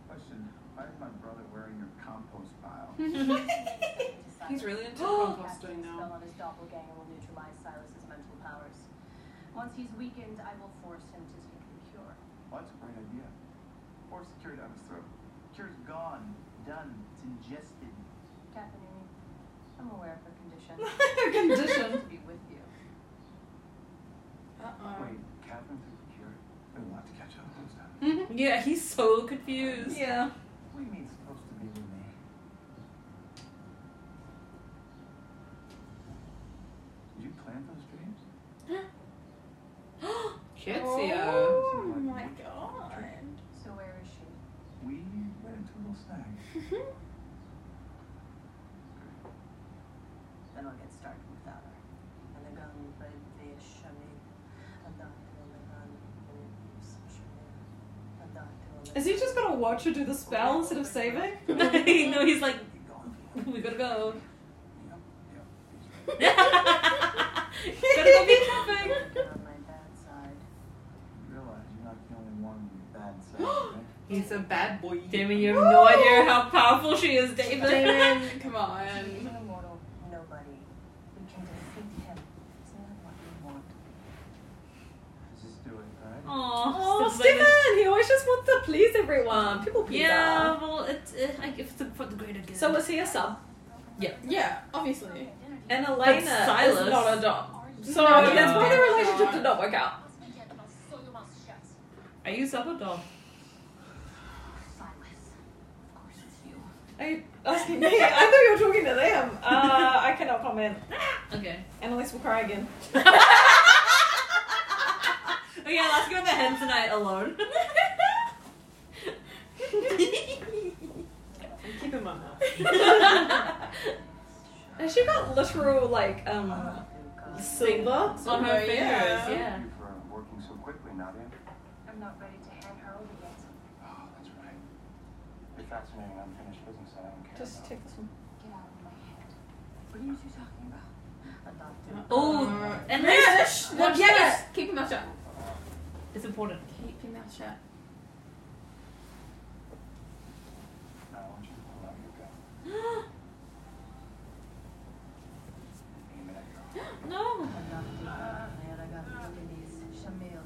Question, why is my brother wearing your compost pile?
Decide
He's really into
Oh.
composting
Casting a spell
now.
on his doppelganger will neutralize Silas's mental powers. Once he's weakened, I will force him to take the cure.
Well, that's a great idea. Force the cure down his throat. Cure's gone, done, it's ingested.
Kathanini, I'm aware of her condition.
Condition.
to be with you.
Uh oh.
Wait, Catherine took the cure? There's a lot to catch up on, stuff.
Mm-hmm.
Yeah, he's so confused.
Yeah.
What do you mean supposed to be with me?
Did you plan those dreams?
Shitsia.
Oh my
god.
So where is she?
We went into a little snag.
Then I'll get started without her. And the gun by the Shami. A doctor will live on in A doctor will live
Is he just gonna watch her do the spell instead of saving?
no, he's like,
You gone?
we gotta go.
Yep, yep. he's right.
gotta go be shopping.
on my bad side.
You realize you're not the only one on the bad side, right?
He's a bad boy.
Damon, you have no idea how powerful she is, David.
Damon, come
He's
on.
an immortal nobody. We can defeat him. It's not what we want.
Let's just do it, alright?
Oh,
Oh,
Stephen! He always just wants to please everyone. People pleaser.
Yeah, well, it's uh, like if it's for the greater good.
So was he a sub?
Yeah, obviously.
And
But
Elena
Silas-
is not a dom. So
No.
that's why their relationship did not work out.
Are you sub or dom?
Silas. Of course it's you.
Are you asking me? I thought you were talking to them. Uh, I cannot comment.
Okay.
Annalise will cry again.
Okay, let's go to hen tonight alone.
Keep him on that.
And she got literal, like, um, silver.
On her
Oh,
fingers,
yeah.
yeah.
you for uh, working so quickly, Nadia.
I'm not ready to hand her over yet.
Oh, that's right. You're fascinating unfinished business that I don't care
Just
about.
take this one.
Get out of my head. What are you two talking about? A doctor.
Oh, and then
Watch this. Keep your mouth shut.
it's important.
Keep your mouth shut.
Now, I want you to pull out your gun. Aim it at your heart.
No.
A doctor. Man, I got these kidneys. Shamil.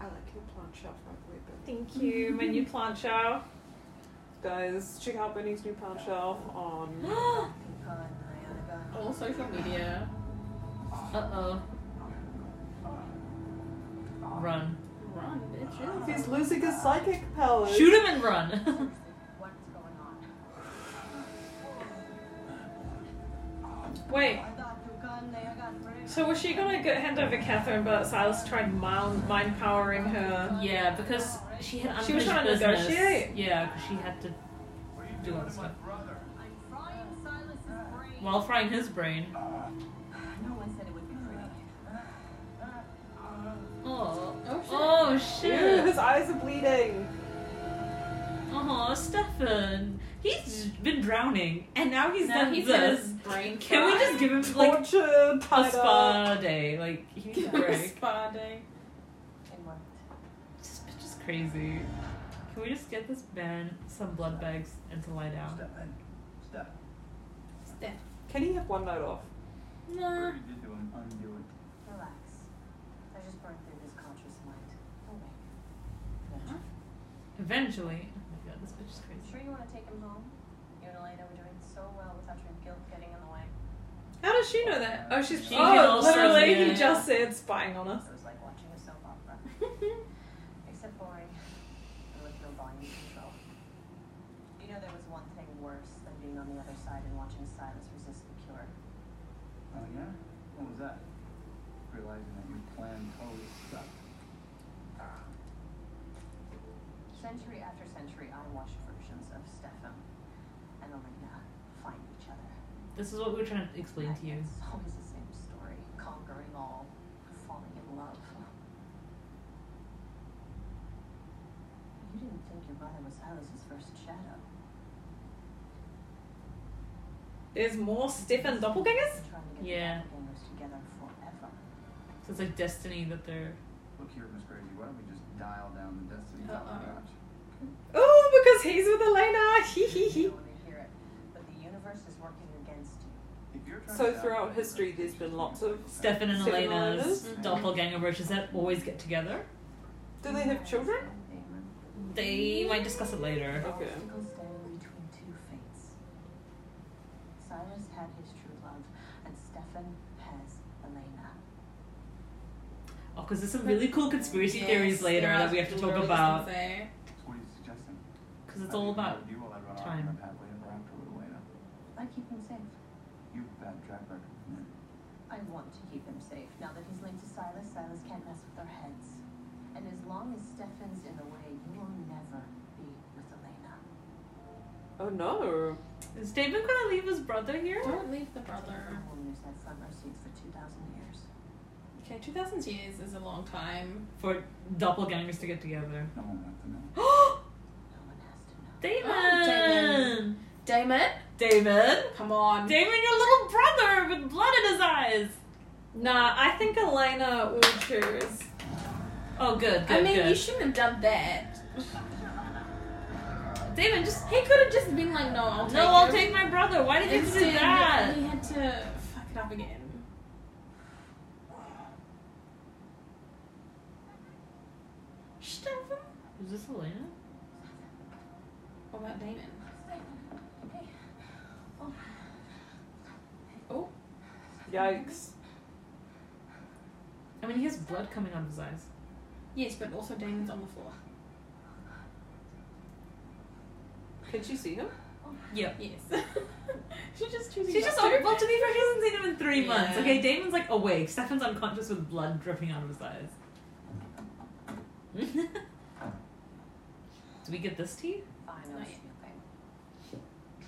I like your plant shelf right away, but-
Thank you, my new plant show.
Guys, check out Benny's new plant shelf on.
Pecan. Ioniga.
All Oh, social media.
Uh oh. Run.
Run, bitches.
He's losing his psychic powers.
Shoot him and run.
What is going on?
Wait,
A doctor. Pecan. Ioniga.
so was she gonna get hand over Catherine, but Silas tried mind, mind powering her?
yeah, because she had
She was
unfinished
trying to
business.
negotiate.
Yeah, because she had to
What are you
Do
doing
it,
to my brother?
I'm frying Silas's brain.
while frying his brain.
No one said it would be pretty.
Oh.
Oh shit.
Oh
Ew,
shit.
his eyes are bleeding.
Oh, Stefan. He's been drowning, and now he's
Now
done
he's in
this.
his brain.
Can we just give him like
Tortured,
a
tied up.
spa day? Like he needs a
Give him a
break.
spa day.
In one.
This bitch is crazy. Can we just get this man some blood bags and to lie down?
Step in. Step.
Steph.
Can he have one night off?
Nah.
Whatever you're doing, undo it.
Relax. I just burned through this conscious mind. Oh Okay.
Eventually. Oh my god, this bitch is
You
crazy.
sure you want to take him home? You and Elena were doing so well without your guilt getting in the way.
How does she know that? Oh, she's
She can
oh,
also-
literally, he
yeah.
just said spying on us.
It was like watching a soap opera. Except boring. And with no volume control. You know there was one thing worse than being on the other side and watching Silas resist the cure.
Oh, yeah? What was that? Realizing that your plan totally sucked.
Century after century, I watched versions of Stefan and Elena find each other.
This is what we were trying to explain to you.
It's always the same story. Conquering all, falling in love. You didn't think your brother was Silas's first shadow.
There's more Stefan doppelgangers?
You're trying to get
Yeah.
the doppelgangers together forever.
So it's like destiny that they're
Look here, Miss Crazy, why don't we just dial down the destiny
Uh-oh.
notch?
Oh, because he's with Elena. Hee hee
You
hee.
don't want to hear it, but the universe is working against you.
If you're trying
So
to
throughout
validate
history, there's been lots of.
uh,
Stefan and
Stefan and
Elena's Mm-hmm.
Elena's?
doppelganger roaches that always get together.
Do they have children?
They might discuss it later.
Okay.
Obstacles standing between two fates. Silas had his true love, and Stefan has Elena.
Oh, because there's some really cool conspiracy theories later that we have to talk about.
What are you suggesting?
Because it's
I
all
think
about.
you will ever
time.
honor Pat Lambert after Elena.
I keep him safe.
You have a bad track record with men.
I want to keep him safe. Now that he's linked to Silas, Silas can't mess with our heads. And as long as Stefan's in the way, you will never be with Elena.
Oh no.
Is David gonna leave his brother here?
Don't leave the
Her
brother.
home has had sunrise seeds for 2,000 years.
Okay, 2000 years is a long time.
For doppelgangers to get together.
No one wants to know.
No one has to know.
Damon!
Damon. Damon?
David!
Come on.
Damon, your little brother with blood in his eyes!
Nah, I think Elena will choose.
Oh, good, good,
I mean,
good.
you shouldn't have done that.
Damon, just.
He could have just been like, no, I'll take
No, I'll
him.
take my brother. Why did you
Instead,
do that?
He had to fuck it up again.
Stefan? Is this Elena?
What about Damon?
Yikes.
I mean, he has blood coming out of his eyes.
Yes, but also Damon's on the floor.
Can she see him?
Yes. She's just choosing
She's just
not to.
well. To be fair, she hasn't seen him in three
Yeah.
months. Okay, Damon's like awake. Stefan's unconscious with blood dripping out of his eyes. Do we get this tea?
I know
Not
it's okay.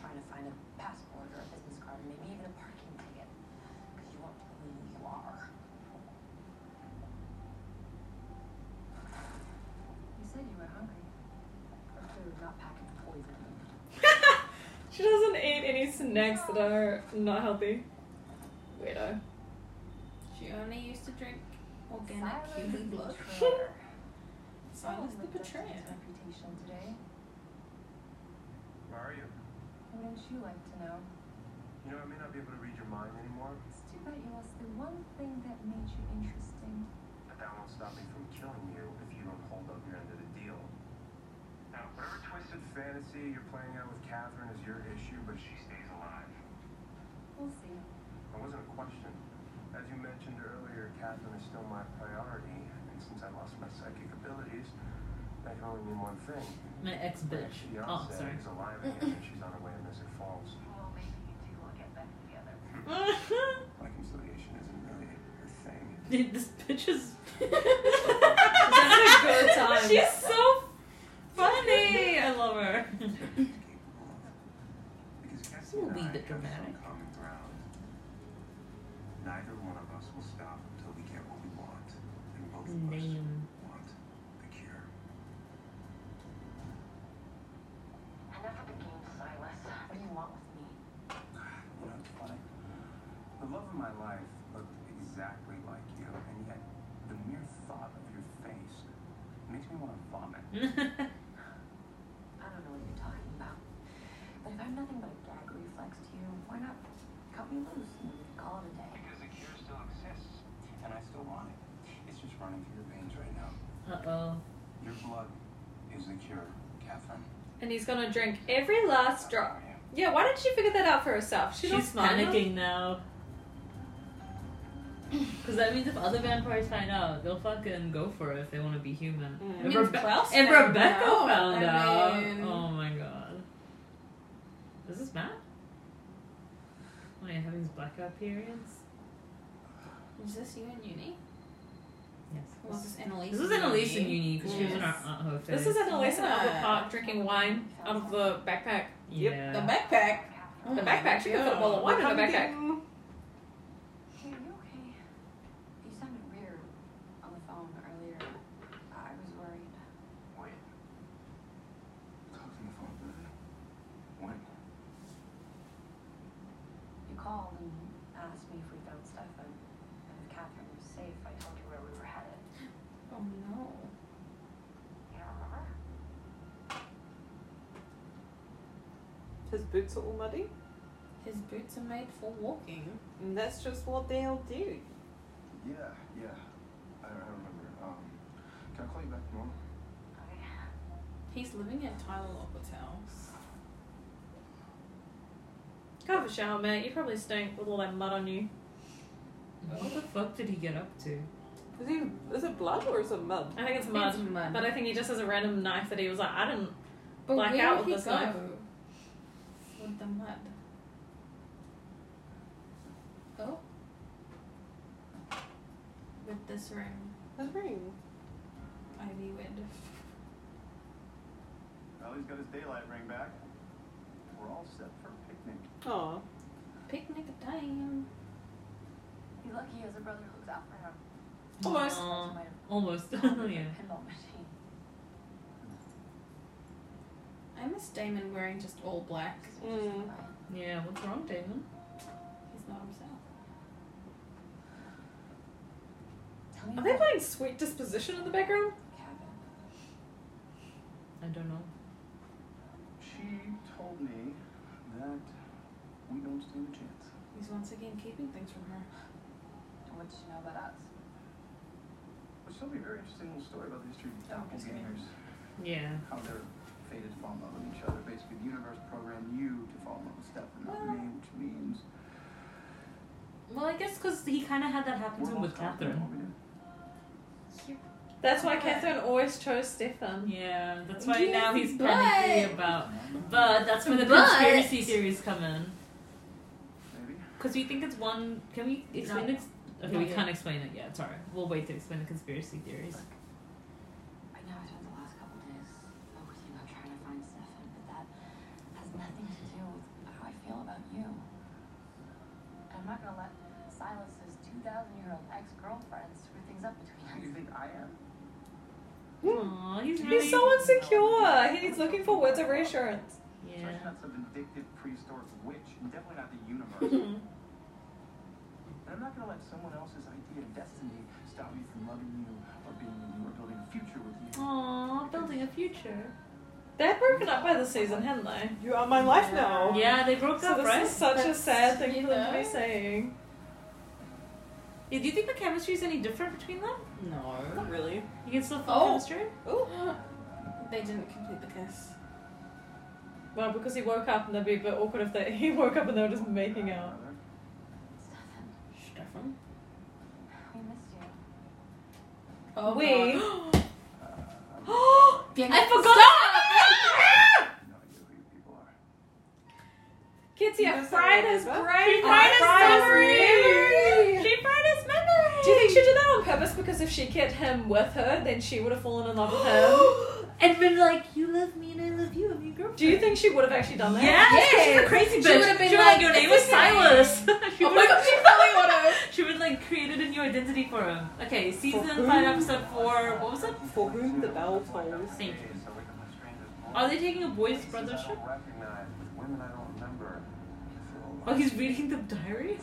Trying to find a passport or a business card, maybe even a parking ticket. Because you won't believe who you are. You said you were hungry. For food, not packet poison.
She doesn't eat any snacks that are not healthy. Weirdo.
She only used to drink organic
Silas
human
the
blood.
betrayer.
Silas Oh, the
Someone lived up to
betrayer.
Oh, his reputation today.
Where are you?
Wouldn't you like to know?
You know, I may not be able to read your mind anymore,
It's too bad you lost the one thing that made you interesting.
but that won't stop me from killing you if you don't hold up your end of the deal. Now, whatever twisted fantasy you're playing out with Catherine is your issue, but she stays alive.
We'll see.
It wasn't a question. As you mentioned earlier, Catherine is still my priority, and since I lost my psychic abilities, that can only mean one thing.
My ex
My
bitch. Oh,
ex-fiancée
sorry.
is alive again, and she's on her way to Mystic Falls.
Well, maybe you two will get back together.
Reconciliation isn't really her thing.
this bitch is.
That's a good time.
She's so funny. I love her.
Because Cassie
Ooh,
and
wee
I
bit
have some
dramatic.
common ground. Neither one of us will stop until we get what we want, and both of us
Name.
want the cure.
Enough of the game, Silas. What do you want with me?
You know, it's funny. The love of my life looked exactly like you, and yet the mere thought of your face makes me want to vomit.
I don't know what you're talking about. But if I'm nothing but a gag reflex to you, why not cut me loose and call it a day?
Because the cure still exists, and I still want it. It's just running through your veins right now.
uh oh.
Your blood is the cure, Catherine.
And he's gonna drink every last drop. Yeah, why didn't she figure that out for herself? She's, not
She's
smart enough.
panicking now. Because that means if other vampires find out, they'll fucking go for it if they want to be human.
Mm.
If
I
mean,
Rebe-
Klaus
if
found
Rebecca
out,
found
I
out.
mean-
Oh my god. Is this Matt? Oh yeah, having his blackout periods?
Was this you in uni?
Yes.
Or was this Annalise?
This was in Elise in uni because she was in our
Yes.
Aunt Ho phase.
This is an Elisa
Yeah.
out of the park drinking wine out of the backpack.
yeah.
The backpack. Oh
The
my
backpack. She could put a
God.
bottle of wine in her backpack.
Hey, are you okay? You sounded weird on the phone earlier. I was worried.
When? Talk on the phone, brother. When?
You called and asked me if we found Stefan. And if Catherine was safe, I told you where we were headed.
Oh no.
You don't remember?
boots are all muddy.
His boots are made for walking.
And that's just what they'll do.
Yeah, yeah. I, I remember. Um, can I call you back tomorrow?
He's living at Tyler Lockwood's house.
Go have a shower, mate. You probably stink with all that mud on you.
What the fuck did he get up to?
Is, he, is it blood or is it mud?
I think it's mud.
It's mud.
But I think he just has a random knife that he was like, I didn't.
But
Black
where
out
would
with
he
this
go
knife.
with the mud? Oh. With this ring,
A ring.
Ivywood.
Well, he's got his daylight ring back. We're all set for a picnic.
Oh,
Picnic time.
He's lucky he has a brother who looks out for him.
Almost.
Aw,
Might have
uh, almost.
gone with a
yeah.
pinball machine.
I miss Damon wearing just all black.
Mm.
Yeah, what's wrong, Damon?
He's not himself.
Tell me
Are they
about
playing Sweet Disposition in the background?
the cabin.
I don't know.
She told me that we don't stand a chance.
He's once again keeping things from her.
And what did you know about us?
Which will be a very interesting little story about the history of
Oh, it's
doppelgangers.
Yeah.
How they're fated to fall in love with each other. Basically, the universe programmed you to fall in love with Stefan, not me, which means
Well, I guess because he kind of had that happen to
we're
him with
most confident in
Catherine.
what we do.
That's why Catherine always chose Stefan.
Yeah, that's why
Yes,
now he's
but-
panicking about. But that's where the
But-
conspiracy theories come in.
Maybe.
Because we think it's one. Can we explain
No.
it? Okay,
Not
we
yet.
can't explain it yet. Sorry. We'll wait to explain the conspiracy theories.
I know I spent the last couple days focusing on trying to find Stefan, but that has nothing to do with how I feel about you. And I'm not gonna let Silas's 2,000 year old ex girlfriend screw things up
Do you think
between us.
I am?
Aww, Hmm. he's really.
He's so insecure. He's looking for words of reassurance.
Yeah.
Especially not some vindictive prehistoric witch, and definitely not the universe.
Mm-hmm.
And I'm not gonna let someone else's idea of destiny stop me from loving you or being with you or building a future with you.
Oh, Aw, building a future.
They're broken up by the season, hadn't they?
you are my life now.
Yeah, they broke
So
up,
this
right?
is such a
That's-
sad thing
you
for them to
know.
be saying.
Yeah, do you think the chemistry is any different between them?
No.
Not really.
You can still feel
Oh.
chemistry?
They didn't complete the kiss.
Well, because he woke up and that'd be a bit awkward if they, he woke up and they were just making out.
Brother,
Stefan,
Stefan?
we missed you.
Oh,
we.
God.
uh,
Being
I
like,
forgot!
you know you who your people are.
Kitty, I
Yes, I
fried his
remember.
brain. I memory.
She fried his She fried his memory!
Do you think she did that on purpose? Because if she kept him with her, then she would have fallen in love with him.
and been like, you love me and I love you, I'm your girlfriend.
Do you think she would have actually done that?
Yes, 'cause she's
Yes.
a crazy bitch.
She would've been
She would've
like,
your name
"It's
is
okay."
Silas. she
Oh my god, she probably would have.
she would like created a new identity for him. Okay, season
For who?
five, episode four. What was it?
For whom the bell tolls.
Thank
Hey, so we're gonna strangers more.
Are they taking a boys'
Faces I
brothership?
don't recognize, with women I don't remember. I feel
Oh,
alive.
he's reading the diary.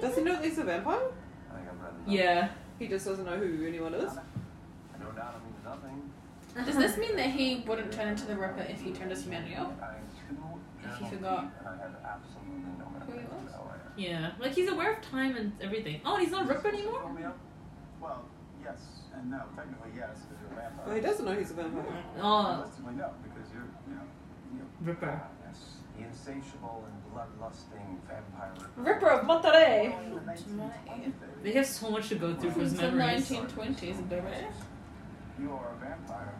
Does he know he's a vampire?
I think I'd rather not.
Yeah.
He just doesn't know who anyone is.
I know Donna means nothing.
Does this mean that he wouldn't turn into the Ripper if he turned his humanity off?
I am two
If you
journal
forgot
deep, and I have absolutely no
who he
idea
was?
how I am.
Yeah. Like he's aware of time and everything. Oh, and he's not a Ripper anymore.
Romeo? Well, yes and no. Technically, yes, because you're a vampire.
Well, he doesn't know he's a vampire.
Oh,
Realistically, no, because you're, you know, you know.
Ripper.
Yes, the insatiable and bloodlusting vampire.
Ripper of Monterey.
Born in the 1920s, baby.
They have so much to go through for his
Since the
memories.
1920s, baby.
You are a vampire,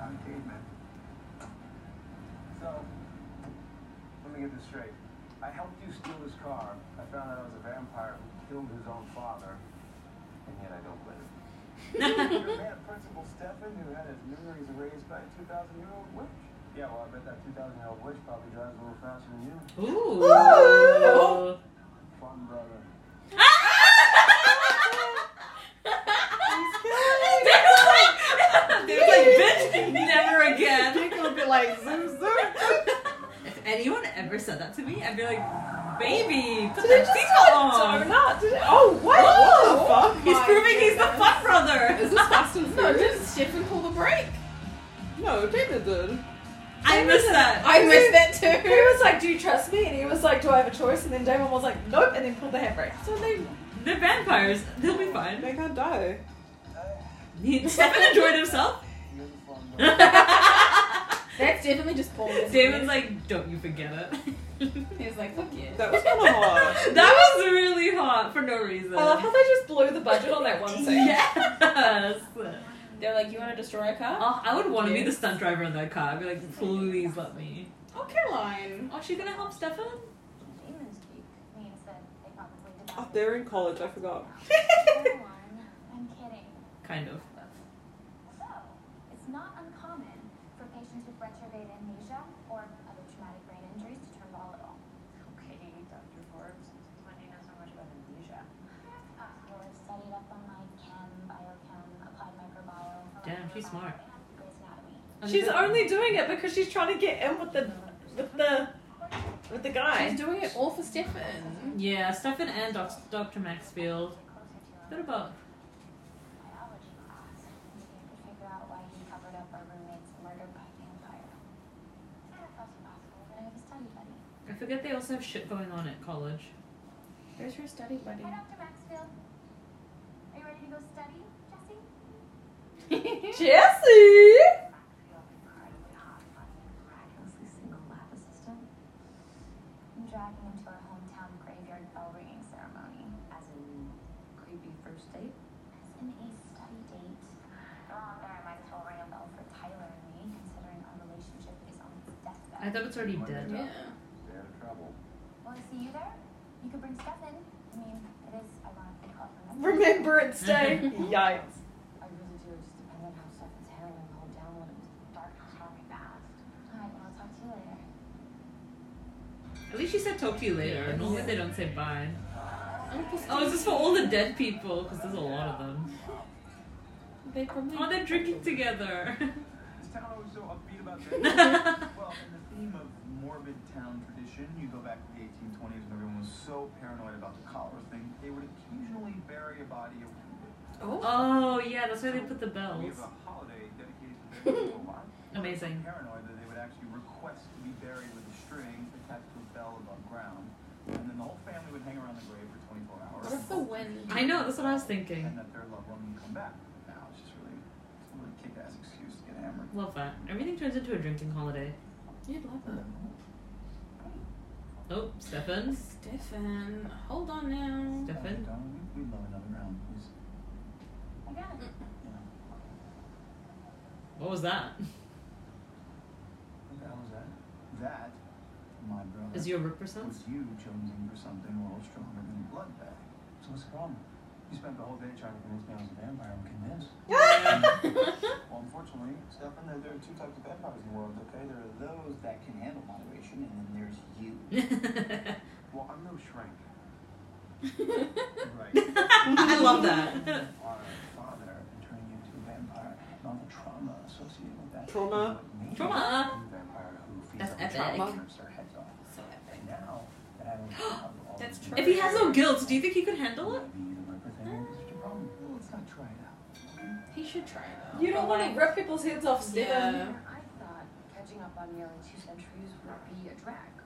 not a caveman. So, let me get this straight. I helped you steal his car. I found out I was a vampire who killed his own father, and yet I don't live. You're a man of principle, Stefan, who had his memories erased by a 2,000-year-old witch. Yeah, well, I bet that 2,000-year-old witch probably drives a little faster than you.
Ooh.
Fun, brother.
They're like, bitch, never again.
He'll be like, zoom, zoom.
If anyone ever said that to me, I'd be like, baby, put
Did they
that
just
seatbelt
So
on.
not. Did it?
Oh, what? What the fuck?
He's proving he's the fun brother.
Is this Fast and
No,
Furious?
did Stefan pull the brake?
No, Dana did.
I missed that.
I
missed
that too. He was like, "Do you trust me?" And he was like, "Do I have a choice?" And then Damon was like, "Nope," and then pulled the handbrake. So they
They're vampires. They'll be fine.
They can't die.
Stefan enjoyed himself.
That's definitely just Paul. isn't
Damon's
it?
like, don't you forget it.
he was like, fuck yeah.
That was kind of hard.
that was really hot for no reason.
I love how they just blew the budget on that one scene.
Yes.
They're like, you want to destroy a car?
Oh, I would want to be the stunt driver in that car. I'd be like, please let me.
Oh, Caroline.
Oh, she's gonna help Stefan?
Demons speak means that they probably
Oh,
developed.
they're in college, I forgot.
Never mind. I'm kidding.
Kind of.
So, it's not uncommon for patients with retrograde amnesia or other traumatic brain injuries to turn volatile.
Okay, Dr. Forbes, why do you know so much about amnesia?
Uh, well, I've studied up on my chem, biochem, applied microbiome.
Damn, she's smart.
Grey's Anatomy.
She's only doing it because she's trying to get in with the with the with the guy.
She's doing it all for Stefan.
Yeah, Stefan and Doc- Dr. Maxfield.
Closer to
Bit of both.
a biology class. Maybe I could figure out why he covered up our roommate's murder by vampire. That's also possible, but I have a study buddy.
I forget they also have shit going on at college.
Where's your study buddy?
Hi, Dr. Maxfield. Are you ready to go study, Jesse?
Jesse.
Maxfield, incredibly hot, funny, and miraculously single lab assistant. I'm dragging him to our hometown graveyard bell ringing ceremony.
As in creepy first date?
It's an ace study date. They're all there, I might as well ring a bell for Tyler and me, considering our relationship is on its
I
deathbed.
thought it's already dead.
Yeah.
Stay out of trouble.
Want to see you there? You could bring Stefan. I mean, it is ironic to call him.
Remembrance Day. Yikes.
I really do. It just depends on how Stefan's hair and calm down when it was dark and stormy past.
Alright, well, I'll talk to you later.
At least she said talk to you later. Normally they don't say bye.
I'm pissed
Oh, is this for all the dead people? Because there's a lot of them.
They probably.
Oh, they're drinking together.
This town always so upbeat about this.
Oh.
well, in the theme of morbid town tradition, you go back to the 1820s when everyone was so paranoid about the cholera thing, they would occasionally bury a body of
oh, yeah, that's why they put the
We
bells.
have a holiday dedicated to burying people alive.
Amazing.
Paranoid that they would actually request to be buried with a string attached to a bell above ground, and then the whole family would hang around the grave for 24 hours.
What if the wind?
I know, that's what I was thinking.
And that their loved one would come back. Now it's just really, it's a really kick-ass excuse to get hammered.
Love that. Everything turns into a drinking holiday.
You'd love it.
Oh, Stefan.
Stefan. Hold on now.
Stefan.
Darling, we- We'd love another round, please.
I got it.
What was that?
What the hell is that? That, my brother,
Is your ripper sounds?
was you jonesing for something a little stronger than a blood bag. So what's the problem? You spent the whole day trying to convince me I was a vampire. I'm convinced. well, unfortunately, Stefan, there, there are two types of vampires in the world, okay? There are those that can handle moderation, and then there's you.
I
Well, I'm no shrink. right.
love that.
Our father and turning you into a vampire, and all the trauma associated with that.
Trauma.
Maybe
Trauma.
a Vampire who
That's
feeds on trauma
epic.
rips their heads off.
So epic.
And now that I don't have all
That's
the-
true.
If he has no guilt, do you think he could handle it?
Maybe the ripper thing is just a problem. Well, Let's not try it
Oh.
out.
He should try though.
You don't want to rip people's heads off, Stefan.
Yeah.
I thought catching up on nearly two centuries would be a drag.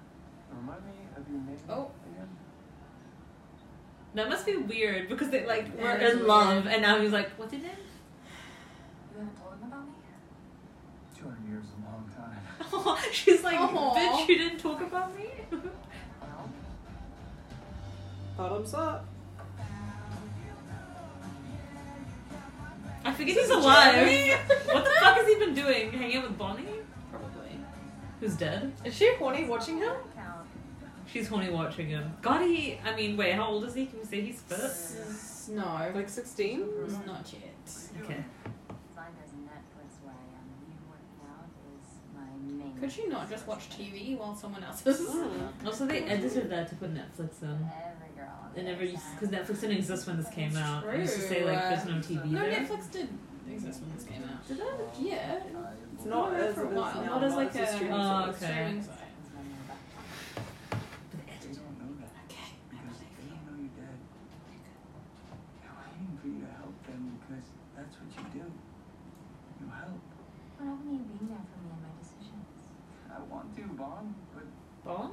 Remind me of your name
Oh.
again.
That must be weird because they like were
That is
in love and now he's like, what's his name?
You haven't told him about me?
200 years is a long time.
she's like,
Aw.
bitch, you didn't talk about me.
Well,
Bottoms up.
I forget he's alive. what the fuck has he been doing? Hanging out with Bonnie?
Probably.
Who's dead?
Is she horny watching him?
count.
She's horny watching him. God, he. I mean, wait, how old is he? Can we say he's fit?
S- No,
Like 16?
it's not yet.
Okay.
Find there's a Netflix where I am. You working out is my main.
Could you not just watch TV while someone else is?
Also, they edited that to put Netflix in.
Every girl. on
They
the
never
other
used
side.
because Netflix didn't exist when this came out. They used to say like there's no TV
No,
there.
Netflix did exist when this came out.
Did it?
Yeah.
It's not as
for a
it is
while.
now,
Not as like
as
a-
streaming
Oh,
service.
okay.
Streaming site.
They don't know that
Okay.
because they don't know you're dead. They're waiting for you to help them because that's what you do. You help.
What happened to you being there for me and my decisions?
I want to, Bomb, but
Bon?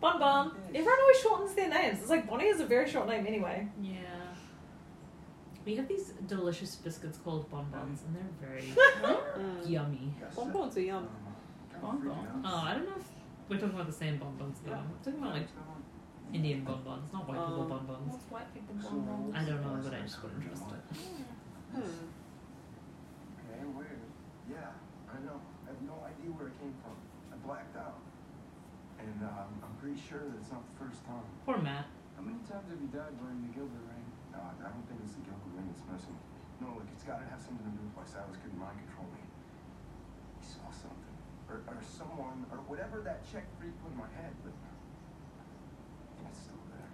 Bon Bon. Everyone always shortens their names. It's like Bonnie is a very short name anyway.
Yeah. We have these delicious biscuits called bonbons, and they're very
Mm.
yummy.
yes.
Bonbons are yum.
Oh, I don't know if we're talking about the same bonbons though. I'm talking about like Indian bonbons, not white people
Um,
bonbons.
What's white people bonbons?
I don't know, but I just wouldn't trust it.
Hmm.
Okay, weird. Yeah, I know. I have no idea where it came from. I blacked out. And um, I'm pretty sure that's not the first time.
Poor Matt.
How many times have you died wearing the Gilbert ring? No, I don't think it's the Gilbert ring that's messing with me. No, look, it's gotta have something to do with why Silas couldn't mind control me. He saw something. Or, or someone, or whatever that check freak put in my head, but it's still there.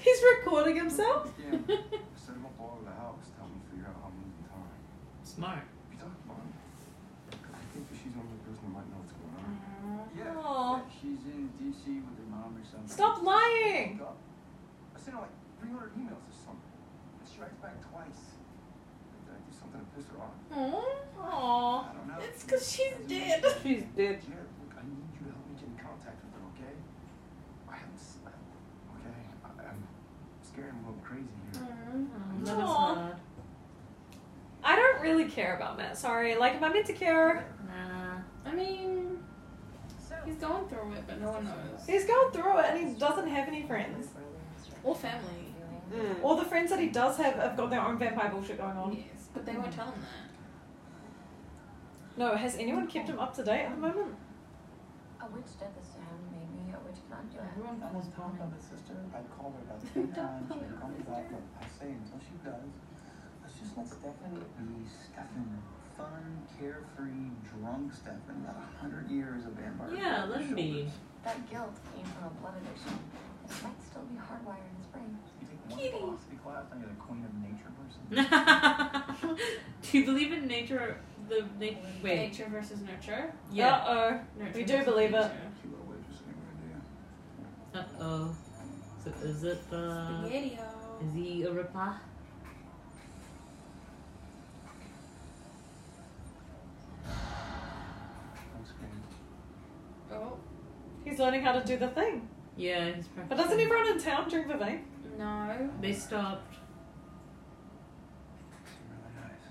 He's recording himself.
Yeah. I set him up all over the house to help me figure out how I'm losing time.
Smart.
Have you talked to Mom? I think that she's the only person who might know what's going on.
Yeah,
Aw.
yeah, she's in D.C. with her mom or something.
Stop lying.
Look up. I sent her like 300 emails or something. And she writes back twice. Did I do something to piss her off?
Aw.
I don't know.
It's because she's dead.
She's dead.
Jared, look, I need you to help me get in contact with her, okay? I haven't slept, okay? I, I'm scared I'm a little crazy here.
Mm-hmm.
Oh, that was
Aw.
hard.
I don't really care about Matt. Sorry. Like, am I meant to care?
Nah.
I mean,
So,
he's going through it, but no one knows.
He's going through it and he doesn't have any friends.
Or family.
Mm.
All the friends that he does have have got their own vampire bullshit going on.
Yes, but they
Mm-hmm.
won't tell him
No, has anyone kept him up to date at the moment?
A witch did this to him, maybe. A witch cannot do it.
Everyone calls Pam Bella sister. I call her about three times. She comes back. Look, I say until she does, let's just let Stefan be Stefan. Fun, carefree, drunk Stefan. About a hundred years of vampire.
Yeah, let him be.
That guilt came from a blood addiction. It might still be hardwired in his brain.
You take one philosophy class and you're the queen of nature person.
do you believe in nature? The na-
that.
wait.
Nature versus nurture.
Yeah.
Uh
Nurture
We do believe it.
She little waitress anyway,
Uh oh. So is it uh?
Spaghetti.
Is he a ripoff?
Looks great.
Oh
oh. He's learning how to do the thing.
Yeah, he's
But
practicing.
doesn't everyone in town drink the thing?
no.
They stopped.
It's really nice.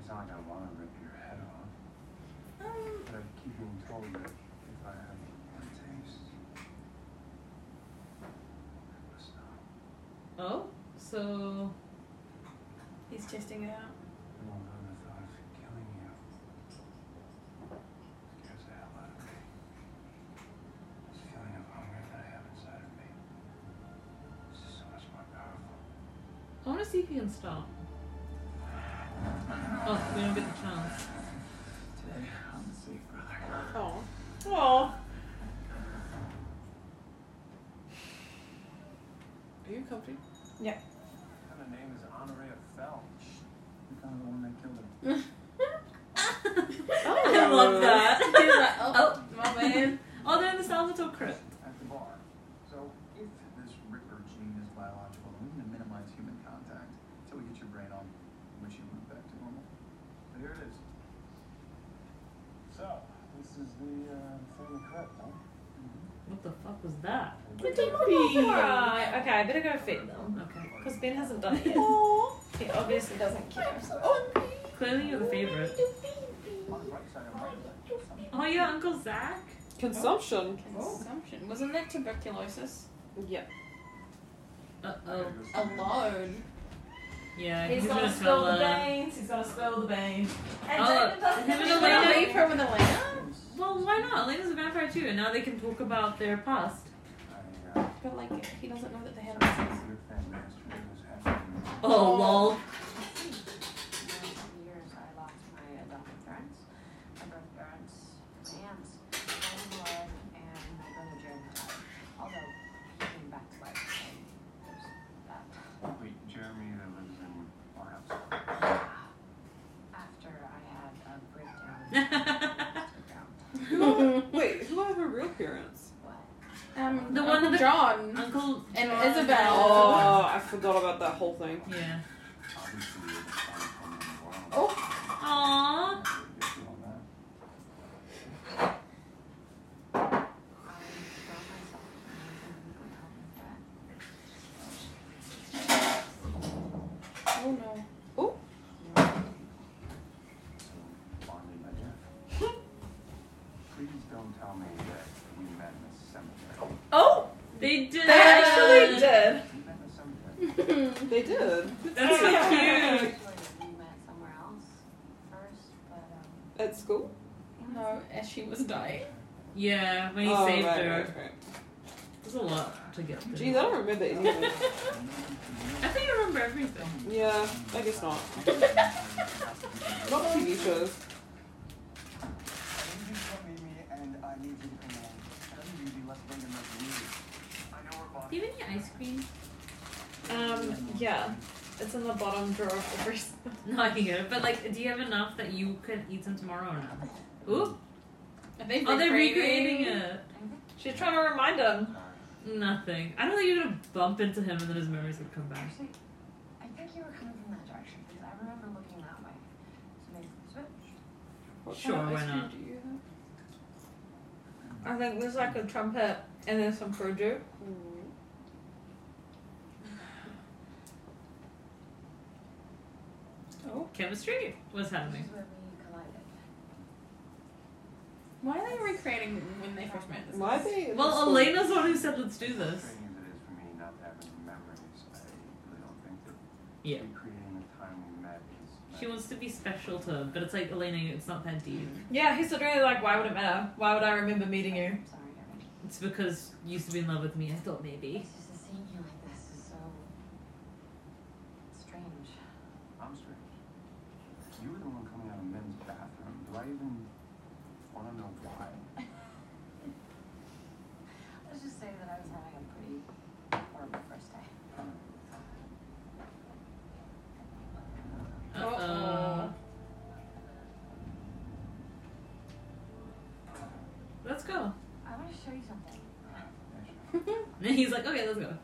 It's not like I want to rip your head off,
Um,
but I keep being told that if I have one taste, I must stop.
Oh, so
he's testing it out.
And although the thought of killing you scares the hell out of me, this feeling of hunger that I have inside of me is just so much more powerful.
I want to see if he can stop. Oh, we don't get the chance.
Today, I'm safe, brother.
Oh. Oh.
Are you comfy?
What kind of name is Honorea Felch? You kind of the one that killed him.
I love that.
He's like, oh, my man.
oh, they're in the Salvatore crypt.
At the bar. So if this Ripper gene is biological, we need to minimize human contact until we get your brain on, which you move back to normal. But here it is.
So, this is the uh, family crypt, huh?
What the fuck was that?
Alright, okay, I better go feed them.
Okay.
Because Ben hasn't done it yet. He obviously doesn't care.
Clearly you're the favorite.
On the right side, I'm right.
Oh yeah, Uncle Zach.
Consumption.
Consumption. Wasn't that tuberculosis?
Yeah.
Uh oh.
Alone.
Yeah,
He's
gonna
gonna spill the
tell, uh,
beans, he's gonna spill the beans.
Oh,
Jacob doesn't
him and
have
Would
any
I
Elena-
leave her with Elena?
Well, why not? Elena's a vampire too, and now they can talk about their past.
I, uh,
But like, he doesn't know that they have
I
this.
was your fan master who was happening.
Oh, lol.
years I lost my adopted parents, my birth parents, my aunts, my own blood, and my brother Jeremy died. Although he came back to life, so there's that.
Wait, Jeremy that lives in our house.
After I had a breakdown.
That's
Who are the, wait, who are her real parents?
What?
Um,
The one
Uncle
that-
John
Uncle
and
John-
Isabel.
Oh, I forgot about that whole thing.
Yeah.
Obviously, you're the finest woman in the world.
Aww.
Get you on that.
I found myself in need of help with that.
Oh no.
So, finally, my death. Please don't tell me that you met in the cemetery.
Oh,
They did.
they actually did.
You met in the cemetery.
They did.
That's so cute.
Actually, we met somewhere else first, but um,
At school?
No, as she was dying.
Yeah, when he
oh,
saved
right,
her.
right, right.
There's a lot to get through.
Geez, I don't remember any of it.
I think I remember everything.
Yeah, I guess not. Not TV shows.
Can you come meet me and I need you to come along? Doesn't usually let's bring them up to I know we're
Do you have any ice cream?
Um, yeah, it's in the bottom drawer of the receipt.
No, I can get it. But like, do you have enough that you could eat some tomorrow or not? Ooh,
Are they
oh, they're recreating it.
She's trying to remind him.
Nothing. I don't think you're gonna bump into him and then his memories would come back.
actually, I think you were coming from that direction because I remember looking that way. So maybe switch.
What
Sure,
kind of
why
ice cream
not?
do you
I
have?
think there's like a trumpet and then some fruit.
Chemistry was
This
happening.
is where we collided.
Why are they recreating when they first met? This
Why
is-
they?
Well, Elena's the one who said let's do this.
Frustrating as it is for me not to have any memories, I really don't think that
Yeah.
recreating the time we met is.
She wants to be special to him, but it's like Elena, it's not that deep.
Yeah, he's literally like, why would it matter? Why would I remember meeting you?
I'm sorry, Erin.
It's because you used to be in love with me. I thought maybe.
It's just that seeing you like this is so strange.
I'm strange. You were the one coming out of men's bathroom. Do I even want to know why?
Let's just say that I was having a pretty horrible first day.
Uh oh. Let's go.
I want to show you something.
And then he's like, okay, let's go.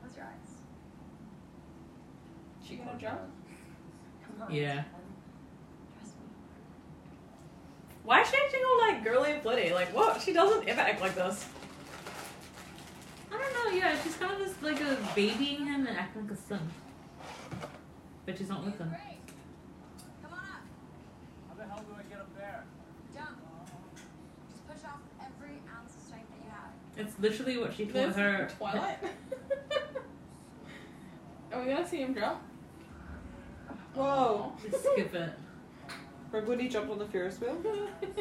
Close your eyes.
She gonna jump?
Come on.
Yeah.
Trust me.
Why is she acting all like girly and flirty? Like, what? She doesn't ever act like this.
I don't know. Yeah, she's kind of just like a babying him and acting like a son. But she's not with him.
Come on up.
How the hell do I get up there?
Jump. Just push off every ounce of strength that you have.
It's literally what she told
This-
her.
Twilight.
Oh,
Are we gonna see him jump?
Whoa!
Skip it.
Remember when he jumped on the Ferris wheel?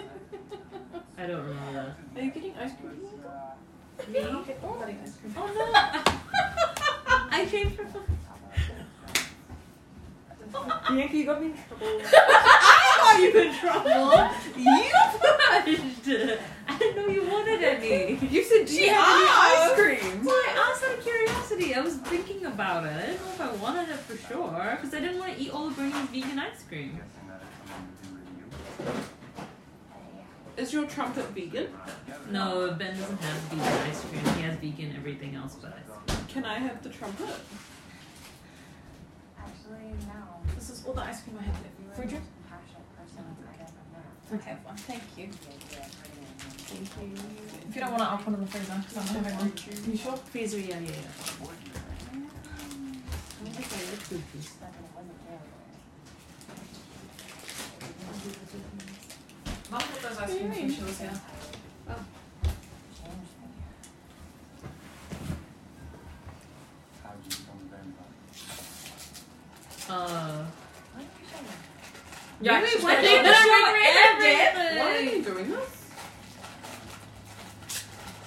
Are
I don't remember
you getting ice cream?
Let's, uh,
that. Me?
Nobody ice cream.
Oh no! I changed her.
Bianca, you got me in trouble.
I got you in trouble. You pushed. it. I didn't know you wanted any.
You said, do you
She
have any ice cream?
Well, I asked out of curiosity. I was thinking about it. I didn't know if I wanted it for sure because I didn't want to eat all of Bernie's vegan ice
I'm
cream.
guessing that it's something to do with you.
Is your trumpet vegan?
We're not together.
No, Ben doesn't have vegan ice cream. He has vegan everything else but ice cream.
Can I have the trumpet?
Actually, no.
This is all the ice cream I have left.
You were
Fruit
the
juice?
most passionate person I'd ever met.
I have one. Thank you.
The idea of hurting anyone.
Thank you.
If you don't want to, I'll put it in the freezer because I'm having one.
You sure? Freezer, yeah, yeah,
I mean, it's
yeah.
like it wasn't there.
Mom put those ice cream when she was here.
Changed me.
How did you become a vampire?
Uh.
Why don't you show me?
Yeah,
Really?
actually,
Why
I
did you
don't know
Why are
everything.
you doing this?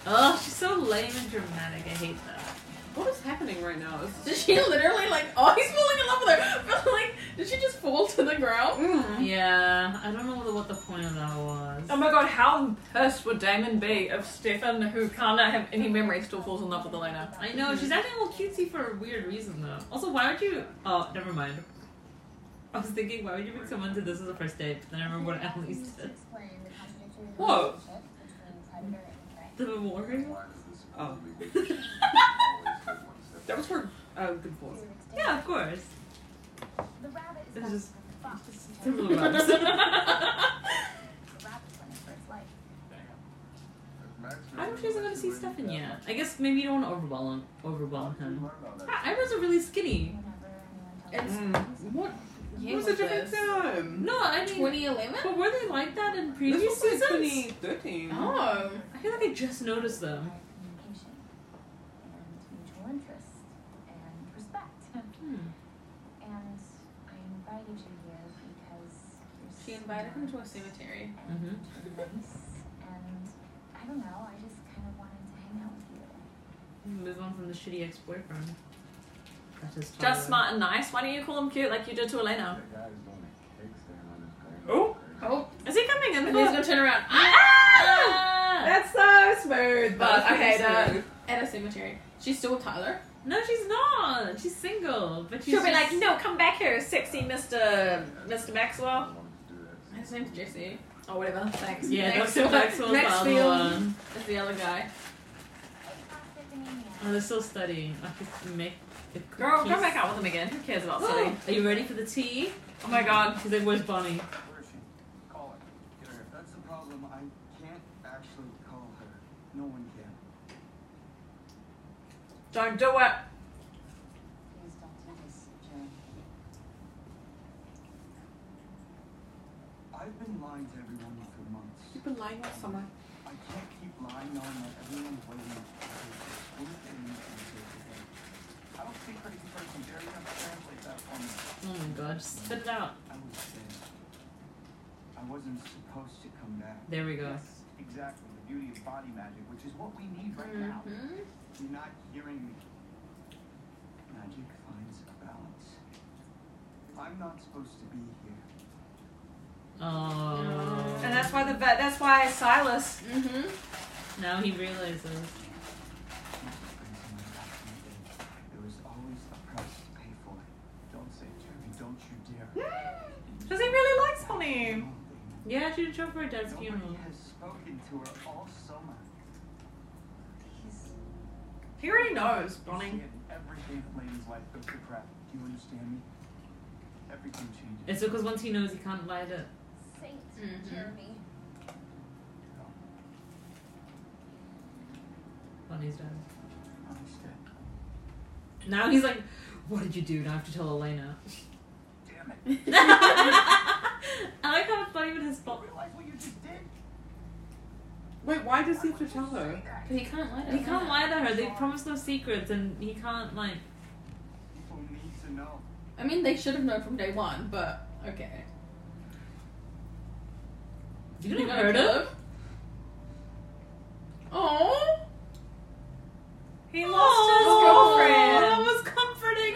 Oh, she's so lame and dramatic. I hate that.
What is happening right now? Is
Did she literally like? Oh, he's falling in love with her. But like, did she just fall to the ground?
Yeah, I don't know what the, what the point of that was.
Oh my god, how pissed would Damon be if Stefan, who cannot have any memory, still falls in love with Elena?
I know she's acting all cutesy for a weird reason though. Also, why would you? Oh, never mind. I was thinking, why would you bring someone to this as a first date? But then I remember what Annalise did.
Explain the contradictory
Whoa.
relationship between predator and prey.
The watering one?
Why does this
Oh.
movie always take one step
That was for uh, good boys.
Yeah, of course.
The rabbit
It's
is better
just-
than the fox.
Similar vibes.
The rabbit runs for its life.
back? Max
I wish I wasn't gonna see Stefan
Yeah.
yet. I guess maybe you don't want to overwhelm overwhelm him. Her eyebrows are really skinny.
Whenever anyone tells
It's
Mm. What?
Yeah,
It was a different time.
no, I mean,
2011?
but were they like that in
This
previous
was like
seasons?
2013.
Oh.
I feel like I just noticed them.
about communication and mutual interest and respect.
Hmm.
And I invited you here because you're
She invited him to a
smart
cemetery.
Mm-hmm.
and you're nice and I don't know, I just kind of wanted to hang out with you.
Move on from the shitty ex-boyfriend. That is Tyler.
Just smart and nice. Why don't you call him cute like you did to Elena?
That guy's doing a kickstand on his grave.
Oh.
Oh,
Is he coming in?
and then he's gonna turn around
Ah!
That's so smooth,
but I hate
That was
it. at a cemetery. She's still with Tyler.
No, she's not. She's single, but she's
She'll be
just-
like, no, come back here, sexy Mr. Mr. Maxwell.
His name's Jesse.
oh,
Or whatever. Thanks.
Yeah,
Next
Dr.
one.
Maxwell's the
Next
other
field
one.
is the other guy.
Hey, Plastic
Oh, they're still studying. I could make the cookies.
Girl, come back out with him again. Who cares about Silly?
Are you ready for the tea?
Oh my god.
She's like, where's Bonnie?
Where is she? Call her. Get her. That's the problem. I can't actually call her. No one can.
Don't do it.
Please don't do this, Jerry.
I've been lying to everyone for months.
You've been lying all summer.
I can't keep lying on that everyone's waiting for this woman and you can do it again. I don't speak for any person. Jerry can translate that for me.
Oh my god, just spit it out.
I was there. I wasn't supposed to come back.
There we go.
Yes, exactly. The beauty of body magic, which is what we need right now.
Mm-hmm.
You're not hearing me. Magic finds a balance. I'm not supposed to be here.
Oh.
And that's why the vet, that's why Silas.
Mm-hmm.
Now he realizes.
There was always a price to pay for it. Don't say it, Jeremy. Don't you dare.
Does he really likes Bonnie?
Yeah, she didn't show up for her dad's
Oh
Nobody
funeral.
has spoken to her all summer.
Please.
He already knows,
You
Bonnie.
see it in every day of Lady's life goes to crap. Do you understand me? Everything changes.
It's because once he knows he can't light it.
Saint
Mhm.
Mm-hmm.
Jeremy.
Bonnie's dad.
Understand?
Now he's like, what did you do? Now I have to tell Elena.
Damn it.
I like how Bonnie even has
You
fault.
realize what you just did?
Wait, why does he have to tell her?
But he can't let it.
He can't lie to her. They promised no secrets, and he can't like.
People need to know.
I mean, they should have known from day one, but okay.
You gonna hurt him?
Oh.
He lost
Oh,
his girlfriend.
That was comforting.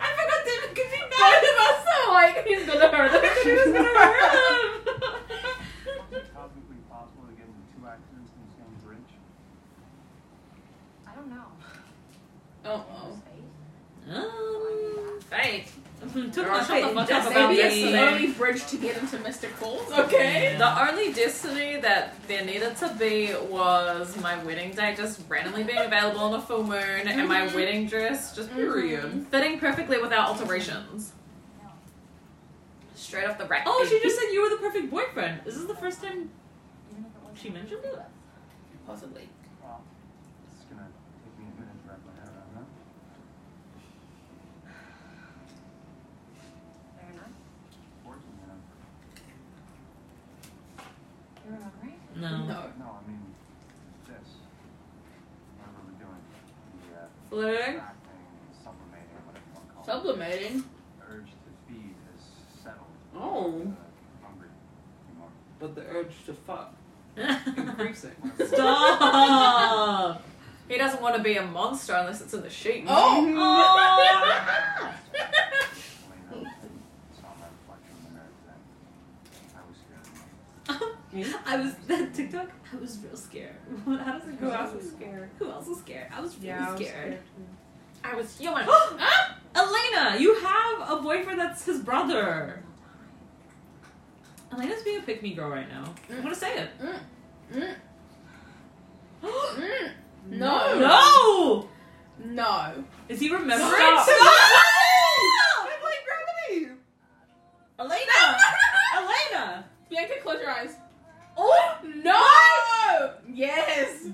I forgot that it could be mad at us.
So like he's gonna hurt
I thought he was gonna hurt him.
Is it cosmically possible to get into two accidents in the same bridge?
I don't know.
Oh, oh.
There's faith.
Um,
Fake. Hmm,
took my shut the fuck up
Just
about
maybe
me.
it's the only bridge to get into Mr. Cole's. Okay.
The only destiny that there needed to be was my wedding day just randomly being available on a full moon and my
Mm-hmm.
wedding dress just
Period.
fitting perfectly without alterations.
No.
Straight off the rack.
Oh, she just said you were the perfect boyfriend. Is this the first time?
Even if it wasn't
She mentioned it?
Possibly.
Well, it's gonna take me a minute to wrap my head around that.
Fair enough.
Working on it.
You remember right?
No.
No.
No, I mean, this. Whatever we're doing. The, uh,
Flirting?
acting, sublimating, whatever you wanna call it.
Sublimating.
Urge to feed has settled. Uh,
Oh.
I'm not hungry anymore.
But the urge to fuck increasing.
Stop.
He doesn't want to be a monster unless it's in the sheet.
Oh.
Oh.
Elena, saw my reflection in the mirror today. I was scared of myself.
I was that TikTok. I was real scared. How does it go? I was
scared.
Who else was scared? I was really
Yeah, I was
scared.
I was human.
Elena, you have a boyfriend that's his brother.
Mm.
Elena's being a pick me girl right now. I'm gonna say it.
Mm.
Mm.
Oh,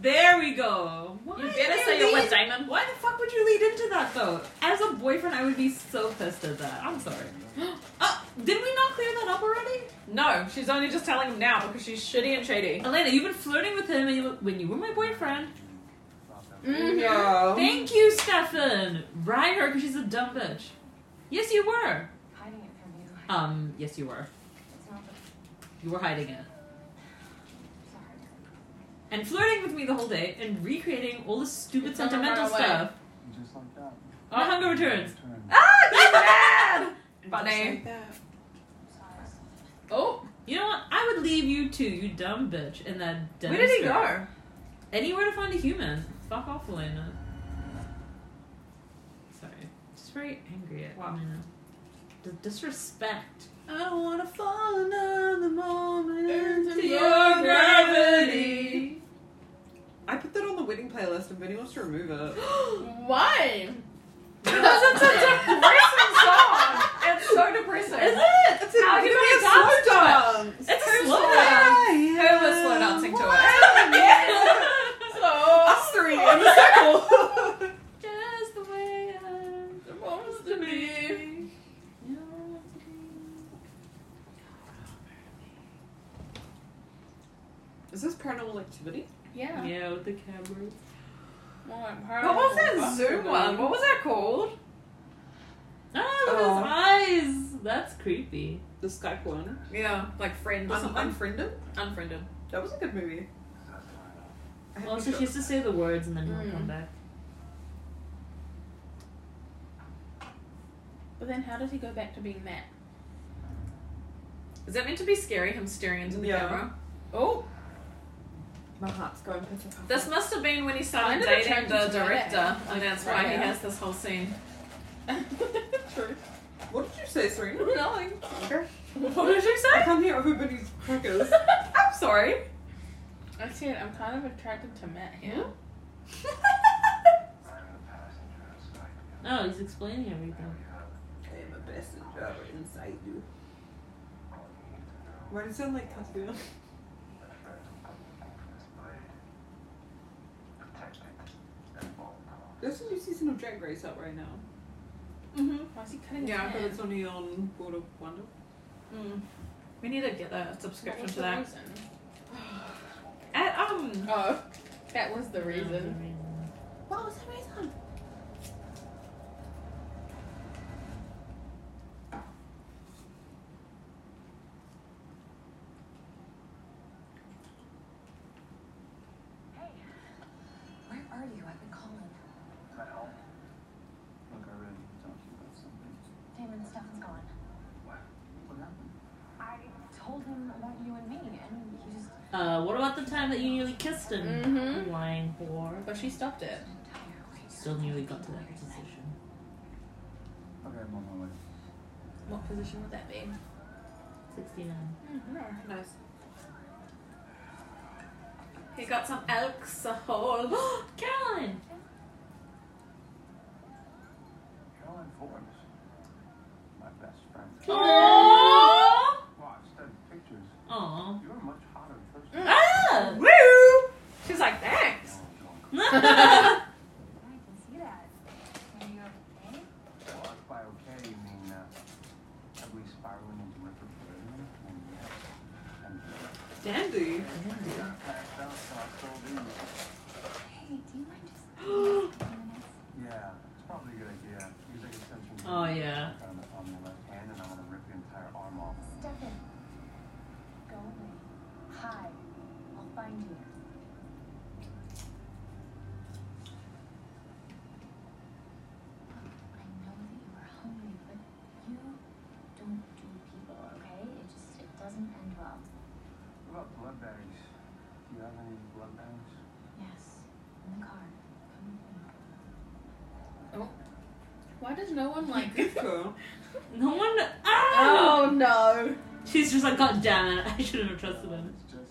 There we go. Why
You
did
better
I
say you're
lead-
with Damon.
Why the fuck would you lead into that though? As a boyfriend, I would be so pissed at that. I'm sorry. Uh, did we not clear that up already?
No, she's only just telling him now because she's shitty and shady.
Elena, you've been flirting with him and you- when you were my boyfriend.
Mm-hmm.
No.
Thank you, Stefan. Ride her because she's a dumb bitch. Yes, you were.
Hiding it from you.
Um, yes, you were.
It's not the
You were hiding it.
sorry.
And flirting with me the whole day and recreating all the stupid
It's on the
sentimental
runaway.
stuff.
Just like that.
Oh, hunger returns.
Return.
Ah,
Funny.
Like that.
Oh,
You know what? I would leave you too, you dumb bitch, in that denim
where did he
skirt.
go?
Anywhere to find a human. Fuck off, Elena. Sorry. Just very angry at wow. Elena. The disrespect. I don't want to fall in love the moment
Into your
gravity.
I put that on the wedding playlist if anyone wants to remove it.
Why?
Because it's a depressing song. It's so depressing.
Is it?
It's a,
How
it's
do
gonna
you dance
be a slow dance.
It's a
Who's
slow
that?
down.
Who was slow dancing to it?
Yeah.
So,
Us three in the circle.
Just the way uh, I'm supposed to be.
Is this paranormal activity?
Yeah.
Yeah, with the camera.
More like
what was that
paranormal
Zoom one? What was that called?
Ah, look
Oh.
at his eyes. That's creepy.
The Skype one.
Yeah, like friend or
Un-
something.
Unfriended?
Unfriended.
That was a good movie. I had
Well, so
to- Mm.
she has to say the words and then he'll come back.
But then how did he go back to being that?
Is that meant to be scary? Him staring into the
Yeah.
camera.
Oh,
My heart's going pitter patter.
This must have been when he started
Kind of
dating the
attracted to
director,
that.
and that's why he
Yeah.
has this whole scene.
True. What did you say, Serena?
Nothing.
Okay.
What did you
I
say?
can't hear everybody's crackers.
I'm sorry.
I said I'm kind of attracted to Matt here.
Oh, he's explaining everything.
I am a passenger inside you. Why does it sound like Tatsuya? There's a new season of Drag Race out right now.
Mm-hmm.
Why is he cutting
Yeah,
his
but
hair?
it's only on Board of Wonder.
Mm. We need to get a
What
subscription
was
to
the
that.
reason?
At, um,
Oh, that was the reason.
What was the reason?
Hey, where are you? I've been calling.
Look, I really need to talk to you about something.
Damon, Stefan's gone.
What happened?
I told him about you and me, and he just
Uh, what about the time that you nearly kissed him?
Mm-hmm.
Mhm.
Lying whore.
But she stopped it.
didn't tell you. Wait,
Still nearly got to that position.
Okay, I'm on my way.
What position would that be?
69.
Nice.
he got some alcohol.
Caroline!
Caroline Forbes. My best friend.
Aww!
Wow, I've studied pictures.
Aww.
You were much hotter in person.
Ah!
Ah! Woo! She's like, thanks.
No, I'm drunk.
I can see that. Are you okay?
Well, if by okay, you mean, uh, have we spiraling into repertoire? And yes. And
Dandy.
yeah, passed out, so I sold in.
Hey, do you mind just leaving for a few minutes?
Yeah, it's probably a good idea. Because I can sense you.
Oh, yeah.
On the, on the left hand, and I'm gonna rip your entire arm off.
Stefan, go away. Hi, I'll find you. Look, I know that you are hungry, but you don't do people, okay? It just it doesn't end well.
What about blood bags? Do you have any blood bags?
Yes, in the car. Come with me.
Why does no one like?
Cool.
No one. Ah!
Oh.
no!
She's just like, God damn it, I shouldn't have trusted
Uh,
him.
It's Jesse.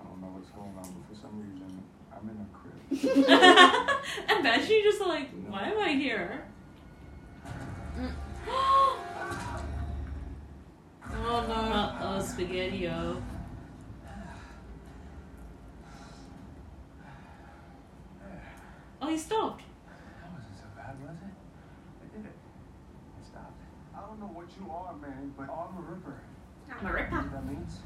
I don't know what's going on, but for some reason, I'm in a crib.
and Banshee's just like, why am I here?
Oh no.
Uh oh, spaghetti-o. they Oh, stopped.
That wasn't so bad, was it? I did it. I stopped. I don't know what you are, man, but I'm a ripper.
I'm a
You know
ripper.
what that means?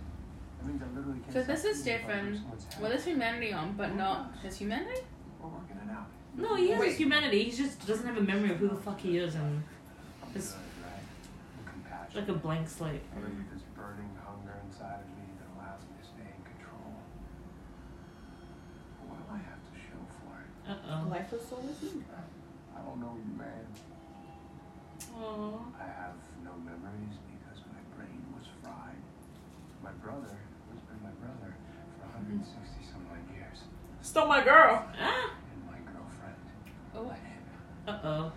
That means I literally can't
So
stop
this is
thinking about
different.
what's happened.
Well, it's humanity on, but not his humanity?
We're working it out.
No, he has
Wait.
his humanity. He just doesn't have a memory of who the fuck he is and It's-
Good, right? And compassion.
like a blank slate.
I believe this burning hunger inside of me that allows me to stay in control. What do I have to show for it?
Uh oh.
Life is so easy.
I don't know you, man.
Aww.
I have no memories because my brain was fried. My brother, who's been my brother for 160 some odd years,
Stole my girl.
Ah!
and my girlfriend,
Oh.
let him.
Uh oh.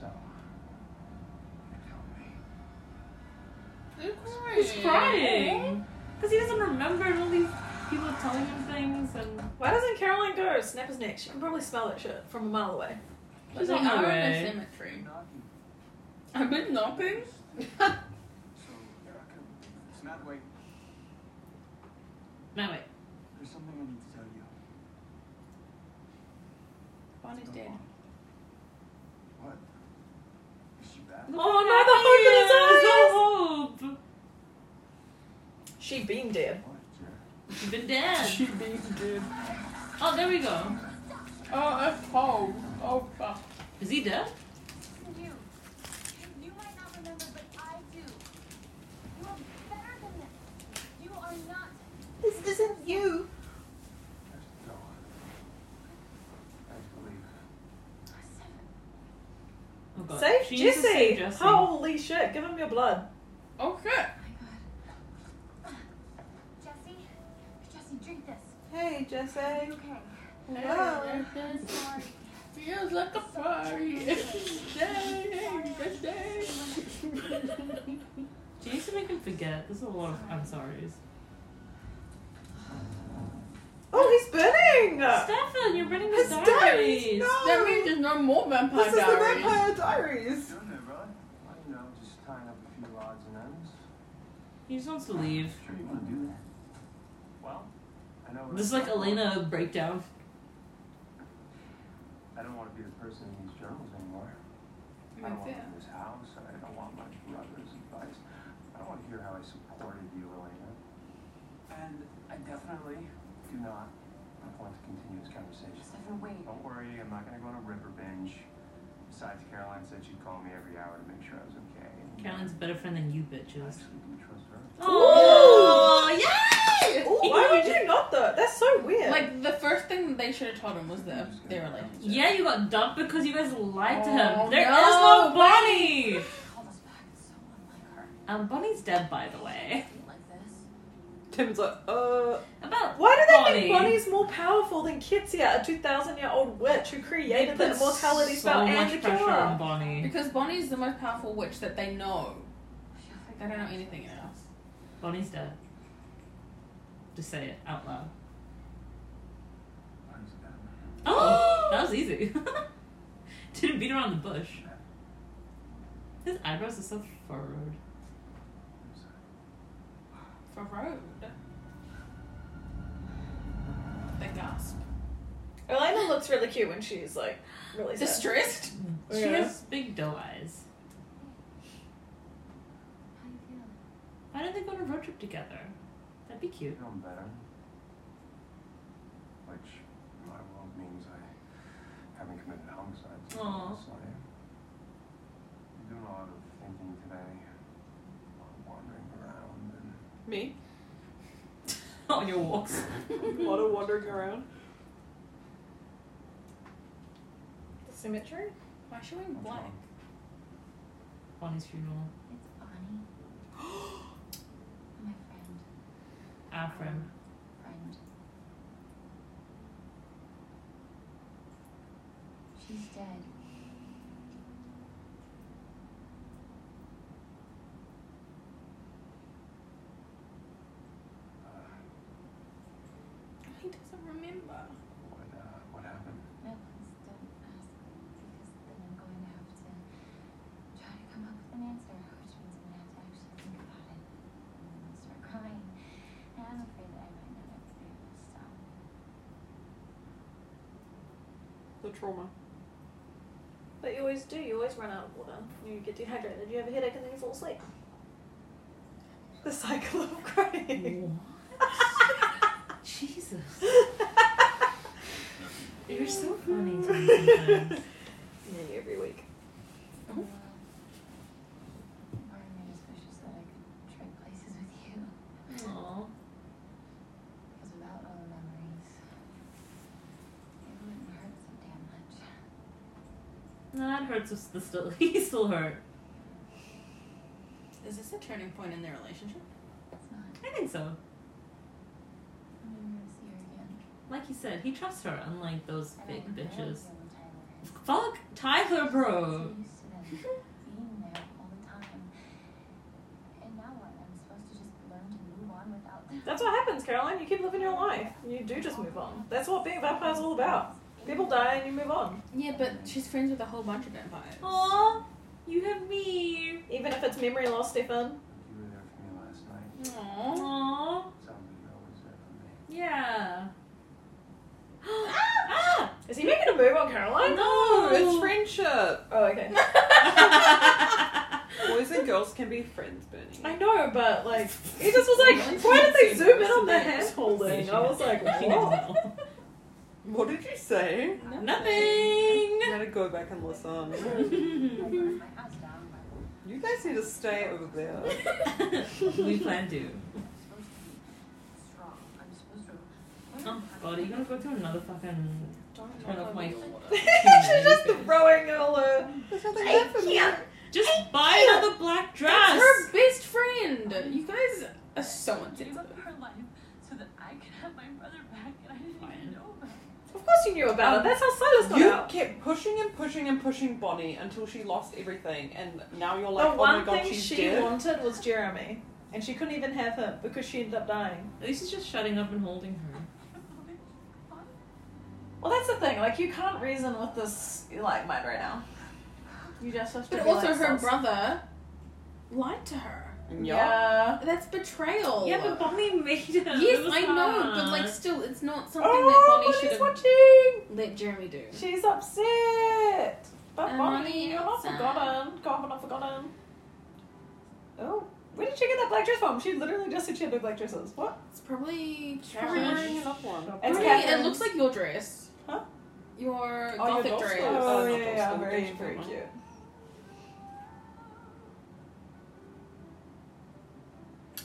So, you tell me.
He's crying. Because he doesn't remember and all these people are telling him things and.
Why doesn't Caroline go? Snap his neck. She can probably smell that shit from a mile away.
But
She's
they
on her
are in
way.
a cemetery.
Knocking.
I've been knocking.
So you're not gonna believe this. Matt, wait.
No, wait.
There's something I need to tell you.
Bonnie's
Go
dead.
on. What? Is she back?
Oh no, the hope in his eyes! The hope!
She been dead.
What? Sure.
She's been dead.
She being good.
Oh, there we go.
Oh, it's cold. Oh, fuck.
Is he dead?
Listen, you. You might not remember, but I do. You are better than this. You are not.
This isn't you.
I just go. I just believe.
Listen.
Oh god.
Save
She needs to
Jesse.
save Jesse.
Holy shit, give him your blood.
Oh, shit.
Oh my god. Jesse? Jesse, drink this.
Hey, Jesse.
Are you okay?
Hello.
I'm sorry.
Feels like a party.
She needs to make him forget. There's a lot of I'm sorry's.
Oh, he's burning!
Uh,
Stefan, you're running the
His diaries!
diaries.
No!
That means there's no more vampire
This is the
diaries.
Vampire Diaries!
Doing it, brother.
Well, you know, just tying up a few odds and ends.
He just wants to leave.
Sure, you want to do that.
Well,
I know.
This is like Elena breakdown.
I don't want to be the person in these journals anymore. I don't
That's
want
it.
to this house. I don't want my brother's advice. I don't want to hear how I supported you, Elena.
and I definitely.
Do not want to continue this conversation.
Stefan, wait.
Don't worry, I'm not going to go on a ripper binge. Besides, Caroline said she'd call me every hour to make sure I was okay. And
Caroline's a better friend than you
I
bitches.
actually do trust her.
Oh yay!
Ooh, why would you not though? That's so weird.
Like, the first thing they should have told him was the, their relationship.
Yeah, you got dumped because you guys lied to
Oh,
him. There is
no,
no Bonnie!
Call us back. It's so unlike her.
Um, Bonnie's dead, by the way.
Be like this.
Tim's like, uh.
About
Why do they think
Bonnie.
Bonnie's more powerful than Kitsia, a 2,000 year old witch who
They
created
put
the immortality
so
spell and
much
the
pressure
cure?
on Bonnie.
Because Bonnie's the most powerful witch that they know.
She'll
They
figure
don't
it
know
out.
anything else.
Bonnie's dead. Just say it out loud.
Why is that?
Oh, that was easy. Didn't beat around the bush. His eyebrows are so furrowed.
I'm sorry.
For road. They gasp.
Elena looks really cute when she's like, really sad.
Distressed?
She
Oh, Yeah.
has big doe eyes.
How you feeling?
Why don't they go on a road trip together? That'd be cute.
Feeling better. Which, in my world, means I haven't committed homicide. since
Aw.
last night. I've been doing a lot of thinking today, a lot of wandering around, and
Me?
on your walks.
A
Mm-hmm.
lot of wandering around. The cemetery?
Why is she wearing black?
Bonnie's funeral.
It's Bonnie. My friend.
Our Ah, friend.
Friend. She's dead.
He doesn't remember.
what, uh, what happened?
No, please don't ask because then I'm going to have to try to come up with an answer, which means I'm going to have to actually think about it. And I'm going to start crying. And I'm afraid that I might not ever be able to stop.
the trauma.
But you always do. You always run out of water. You get dehydrated. You have a headache and then you fall asleep. The cycle of crying.
Jesus. You're so funny to me sometimes.
Nearly every week.
Part of me just wishes that I could trade places with you.
Aw.
Because without all the memories, it wouldn't hurt so damn much.
Nah, it hurts. us- this Still, he's still hurt.
Is this a turning point in their relationship?
It's not.
I think so.
I'm never gonna see her again.
Like you said, he trusts her, unlike those
And I
big
would barely
bitches.
be able to hang with her.
Fuck Tyler, bro.
I'm so used to them being there all the time. And now what? I'm supposed to just learn to move on without them.
That's what happens, Caroline. You keep living your life. You do just move on. That's what being a vampire's all about. People die and you move on.
Yeah, but she's friends with a whole bunch of vampires.
Aw, you have me.
Even if it's memory loss, Stefan.
You were there for me last night.
Aww.
Aw,
Something you always there for me.
yeah. ah!
Is he making a move on Caroline?
No!
It's friendship.
Oh, okay.
Boys and girls can be friends, Bernie.
I know, but like, he just was like, why did they zoom in on the hand holding? I was like,
She doesn't
what?
know.
What did you say?
Nothing.
I gotta go back and listen.
I burned my house down, but
You guys need to stay over there.
we plan to.
I'm supposed to be strong. I'm supposed to.
Oh god, are you gonna go to another fucking turn off my
She's just throwing all her.
There's nothing there for me.
Just buy another black dress.
That's her best friend. You guys are so
Gave
insensitive.
up her life so that I could have my brother back, and I didn't
Fine.
even know about it.
Of course you knew about
Um,
it. That's how Silas got
Um, You
out.
kept pushing and pushing and pushing Bonnie until she lost everything, and now you're
The
like, oh
one
my god,
thing
she's
she
dead.
wanted was Jeremy, and she couldn't even have him because she ended up dying.
At least he's just shutting up and holding her.
Well, that's the thing. Like, you can't reason with this like mind right now. You just have to.
But
be
also,
like,
her
sus.
brother lied to her.
yeah.
Yeah.
That's betrayal.
Yeah, but Bonnie made it.
Oh, Yes,
It was
I know, but
hard.
like, still, it's not something
Oh,
that Bonnie should
Bonnie's
have
watching.
let Jeremy do.
She's upset. But Bonnie,
And Bonnie
you're not
outside.
forgotten. God, we're not forgotten. Oh, where did she get that black dress from? She literally just said she had no black dresses. What?
It's probably
Every wearing
trash.
enough one.
It's
Probably-
Catherine's.
it looks like your dress.
Huh?
Your
Oh, your
gothic
doll's
dress.
clothes.
Oh,
Oh,
yeah,
not
yeah,
those.
very,
Those
very
ones.
cute.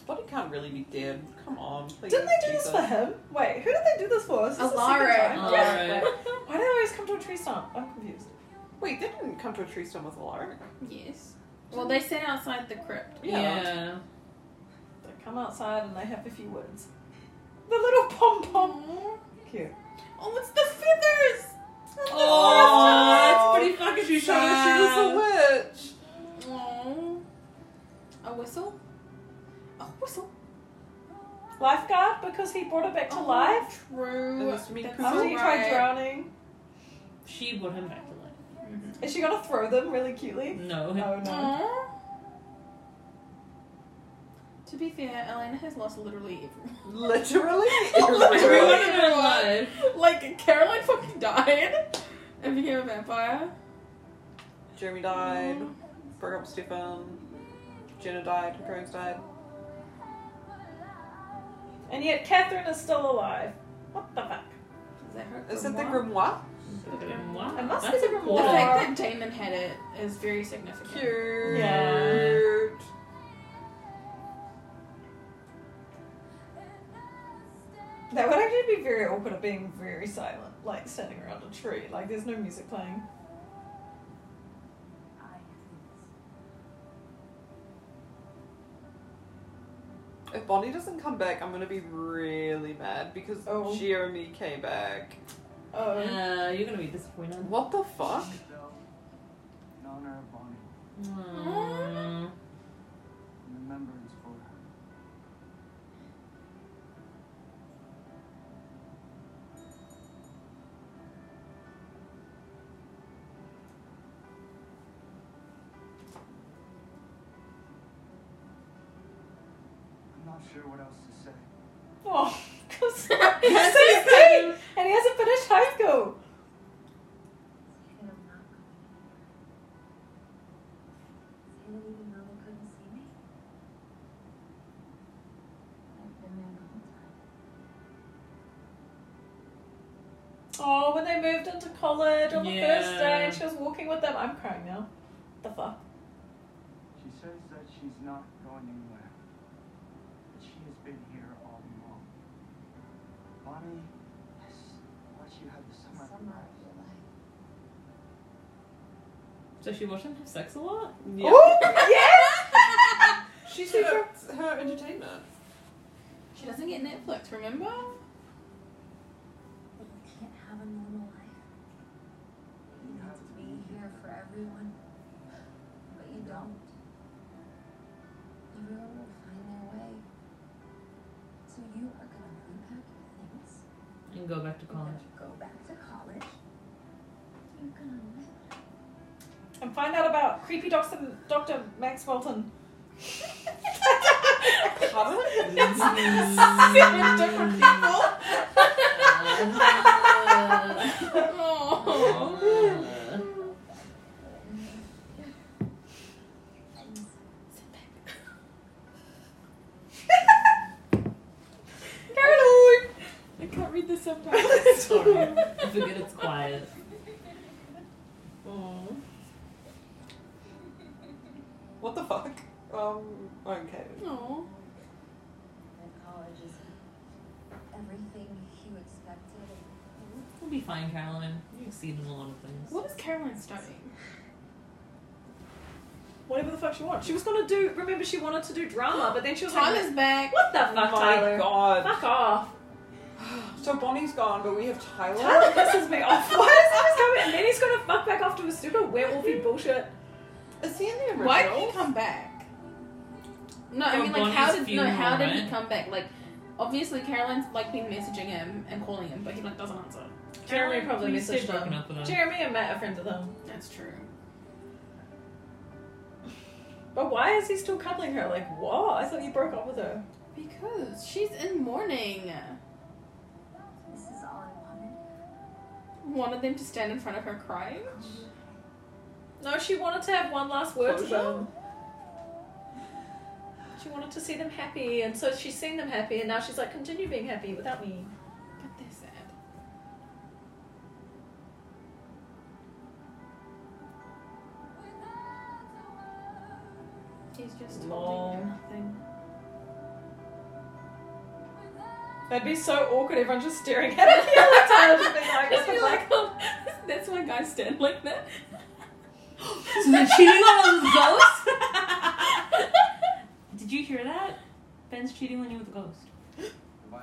Bonnie can't really be dead. Come on, please.
Didn't they do this for
Jesus.
him? Wait, who did they do this for? Is this the second
Alara.
time?
Alara.
Yeah. Why do they always come to a tree stump? I'm confused.
Wait, they didn't come to a tree storm with Alaric.
Yes. Well, they sat outside the crypt.
yeah.
They come outside and they have a few words. The little pom pom. Cute.
Oh, it's the feathers.
Oh, that's pretty fucking
She showed us she
sad.
was a witch.
Aww. A whistle. A whistle.
Lifeguard because he brought her back to
Oh.
life
Oh, True.
It must mean
That's
poop.
after he tried
right.
drowning.
She brought him back to life.
Is she gonna throw them really cutely?
No.
Oh no.
Aw. To be fair, Elena has lost literally everyone.
Literally.
Everyone
Everyone
in
in
her
her
life.
like Caroline fucking died and became a vampire.
Jeremy died. Broke up with Stefan. Jenna died. Her parents died.
And yet Catherine is still alive. What the fuck?
Is that her?
Is it the
grimoire?
grimoire?
Wow.
It must be
That's
the
a
remote.
The
lot.
fact that Damon had it is very significant.
Cute.
Yeah.
That would actually be very awkward of being very silent, like standing around a tree. Like there's no music playing.
If Bonnie doesn't come back, I'm gonna be really mad because
Oh.
Jeremy came back.
Oh.
Uh, you're gonna be disappointed.
What the fuck?
So, in honor of Bonnie,
Aww.
in remembrance for her. I'm not sure what else to say.
Oh, because he's 16 and he hasn't finished high school. Oh, when they moved into college on the first day
Yeah.
and she was walking with them. I'm crying now. The fuck?
She says that she's not going anywhere. But she has been here all along. Bonnie has what you have the summer. of your life.
So she watched them have sex a lot?
Yeah. She sees her, her entertainment.
She doesn't get Netflix, remember?
But you can't have a normal life. You
You
need
have
to
to
be here for everyone. But you don't. Everyone will find their way. So you are going to unpack your things.
And go back to
You're
college.
going to go back to college. You're going to live.
And find out about creepy doctor, Dr. Max Walton.
Seven different people.
Caroline!
I can't read the subtitles.
Sorry. I forget it's quiet.
Oh.
What the fuck? Um, okay.
Oh.
And college is everything you expected.
We'll be fine, Caroline. You exceed in a lot of things.
What is Caroline studying?
Whatever the fuck she wants. She was gonna do, remember, she wanted to do drama, but then she was
Time
like,
is back.
what the fuck,
My
Tyler?
god.
Fuck off.
So Bonnie's gone, but we have Tyler.
Tyler pisses me off. Why is this coming? And then he's gonna fuck back off to his stupid
Mm.
werewolfy bullshit.
Is he in the original?
Why did he come back? No, I
For
mean like how
Bonnie's
did no how did he
funeral,
come back? Like obviously Caroline's like been messaging him and calling him, but he like doesn't answer.
Jeremy probably
Please stay
messaged
broken
them.
up with them.
Jeremy and Matt are friends with them.
That's true.
But why is he still cuddling her? Like, what? I thought he broke up with her.
Because she's in mourning.
This is all I wanted.
Wanted them to stand in front of her crying.
No, she wanted to have one last word to
Closure.
them. She wanted to see them happy, and so she's seen them happy, and now she's like, continue being happy without me.
But they're sad. He's just holding
Lol.
nothing.
That'd be so awkward. Everyone just staring at it the other time, just being like,
Just
what
be
the
like,
fuck?
oh, that's why guys stand like that.
She's been cheating on those ghosts? Did you hear that? Ben's cheating on you with a ghost.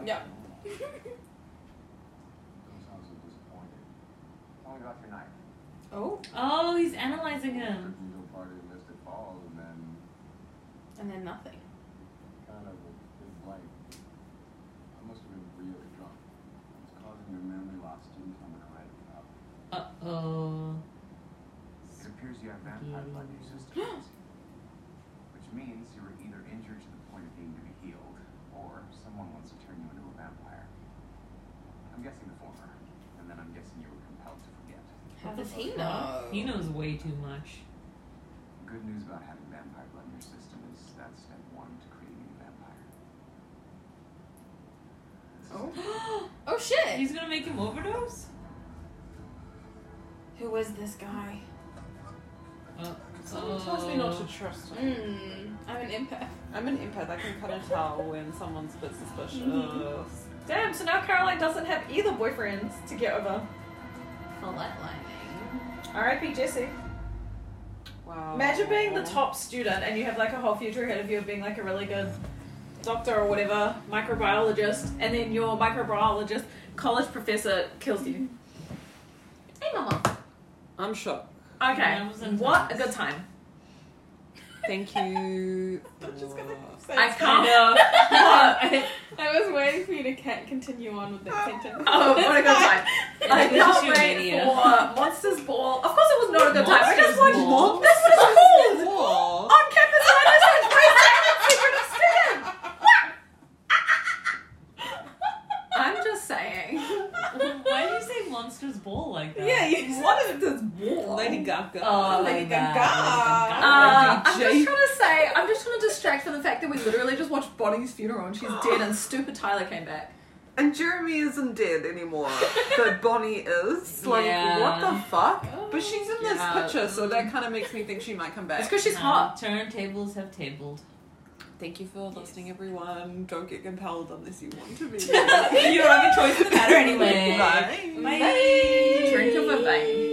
Yeah.
Don't sound so disappointed.
Tell me about your night.
Oh,
Oh, he's analyzing him.
Took me to a party in Mystic Falls and then
and then nothing.
kind of a big blank. I must have been really drunk. It's causing your memory loss to become an erratic up.
Uh oh.
It appears you have vampire blood in your systems, which means you were either injured to the point of needing to be healed, or someone wants to turn you into a vampire. I'm guessing the former, and then I'm guessing you were compelled to forget.
How does he know?
He knows way too much.
Good news about having vampire blood in your system is that's step one to creating a vampire.
Oh shit!
He's gonna make him overdose?
Who is this guy?
Uh
Someone tells me not
oh.
to trust him.
Mmm, I'm an empath.
I'm an empath. I can kind of tell when someone's a bit suspicious.
Damn, so now Caroline doesn't have either boyfriends to get over.
Flatlining.
R.I.P. Jesse.
Wow.
Imagine being the top student and you have like a whole future ahead of you of being like a really good doctor or whatever, microbiologist, and then your microbiologist college professor kills you.
Hey, mama.
I'm shocked.
Okay.
Yeah, I was in
What a good time.
Thank you.
I'm just gonna
for-
say
I
it's
kind
calm.
of.
Oh. I was waiting for you to ca- continue on with that sentence.
Oh, what a good time. I
It's just
can't
you,
wait
Lydia.
for Monsters Ball. Of course, it was not a good time. I just
Monsters
watched
Ball?
That's what it's called.
Cool.
On campus, and I just watched Grace Anatomy Secret of Skin.
I'm just saying.
Why do you say monsters ball like that?
Yeah, you
What is this? Lady Gaga. Ah.
Oh,
Lady
like
Gaga.
that.
Uh,
Like
I'm
DJ.
just trying to say, I'm just trying to distract from the fact that we literally just watched Bonnie's funeral and she's dead, and stupid Tyler came back.
And Jeremy isn't dead anymore, but Bonnie is. Like,
Yeah.
what the fuck? But she's in this
Yeah.
picture, so that kind of makes me think she might come back.
It's because she's
No,
hot.
Turntables have tabled.
Thank you for listening, everyone. Don't get compelled unless you want to be.
you don't have a choice in the matter anyway.
Bye.
Bye.
Drink of a vein.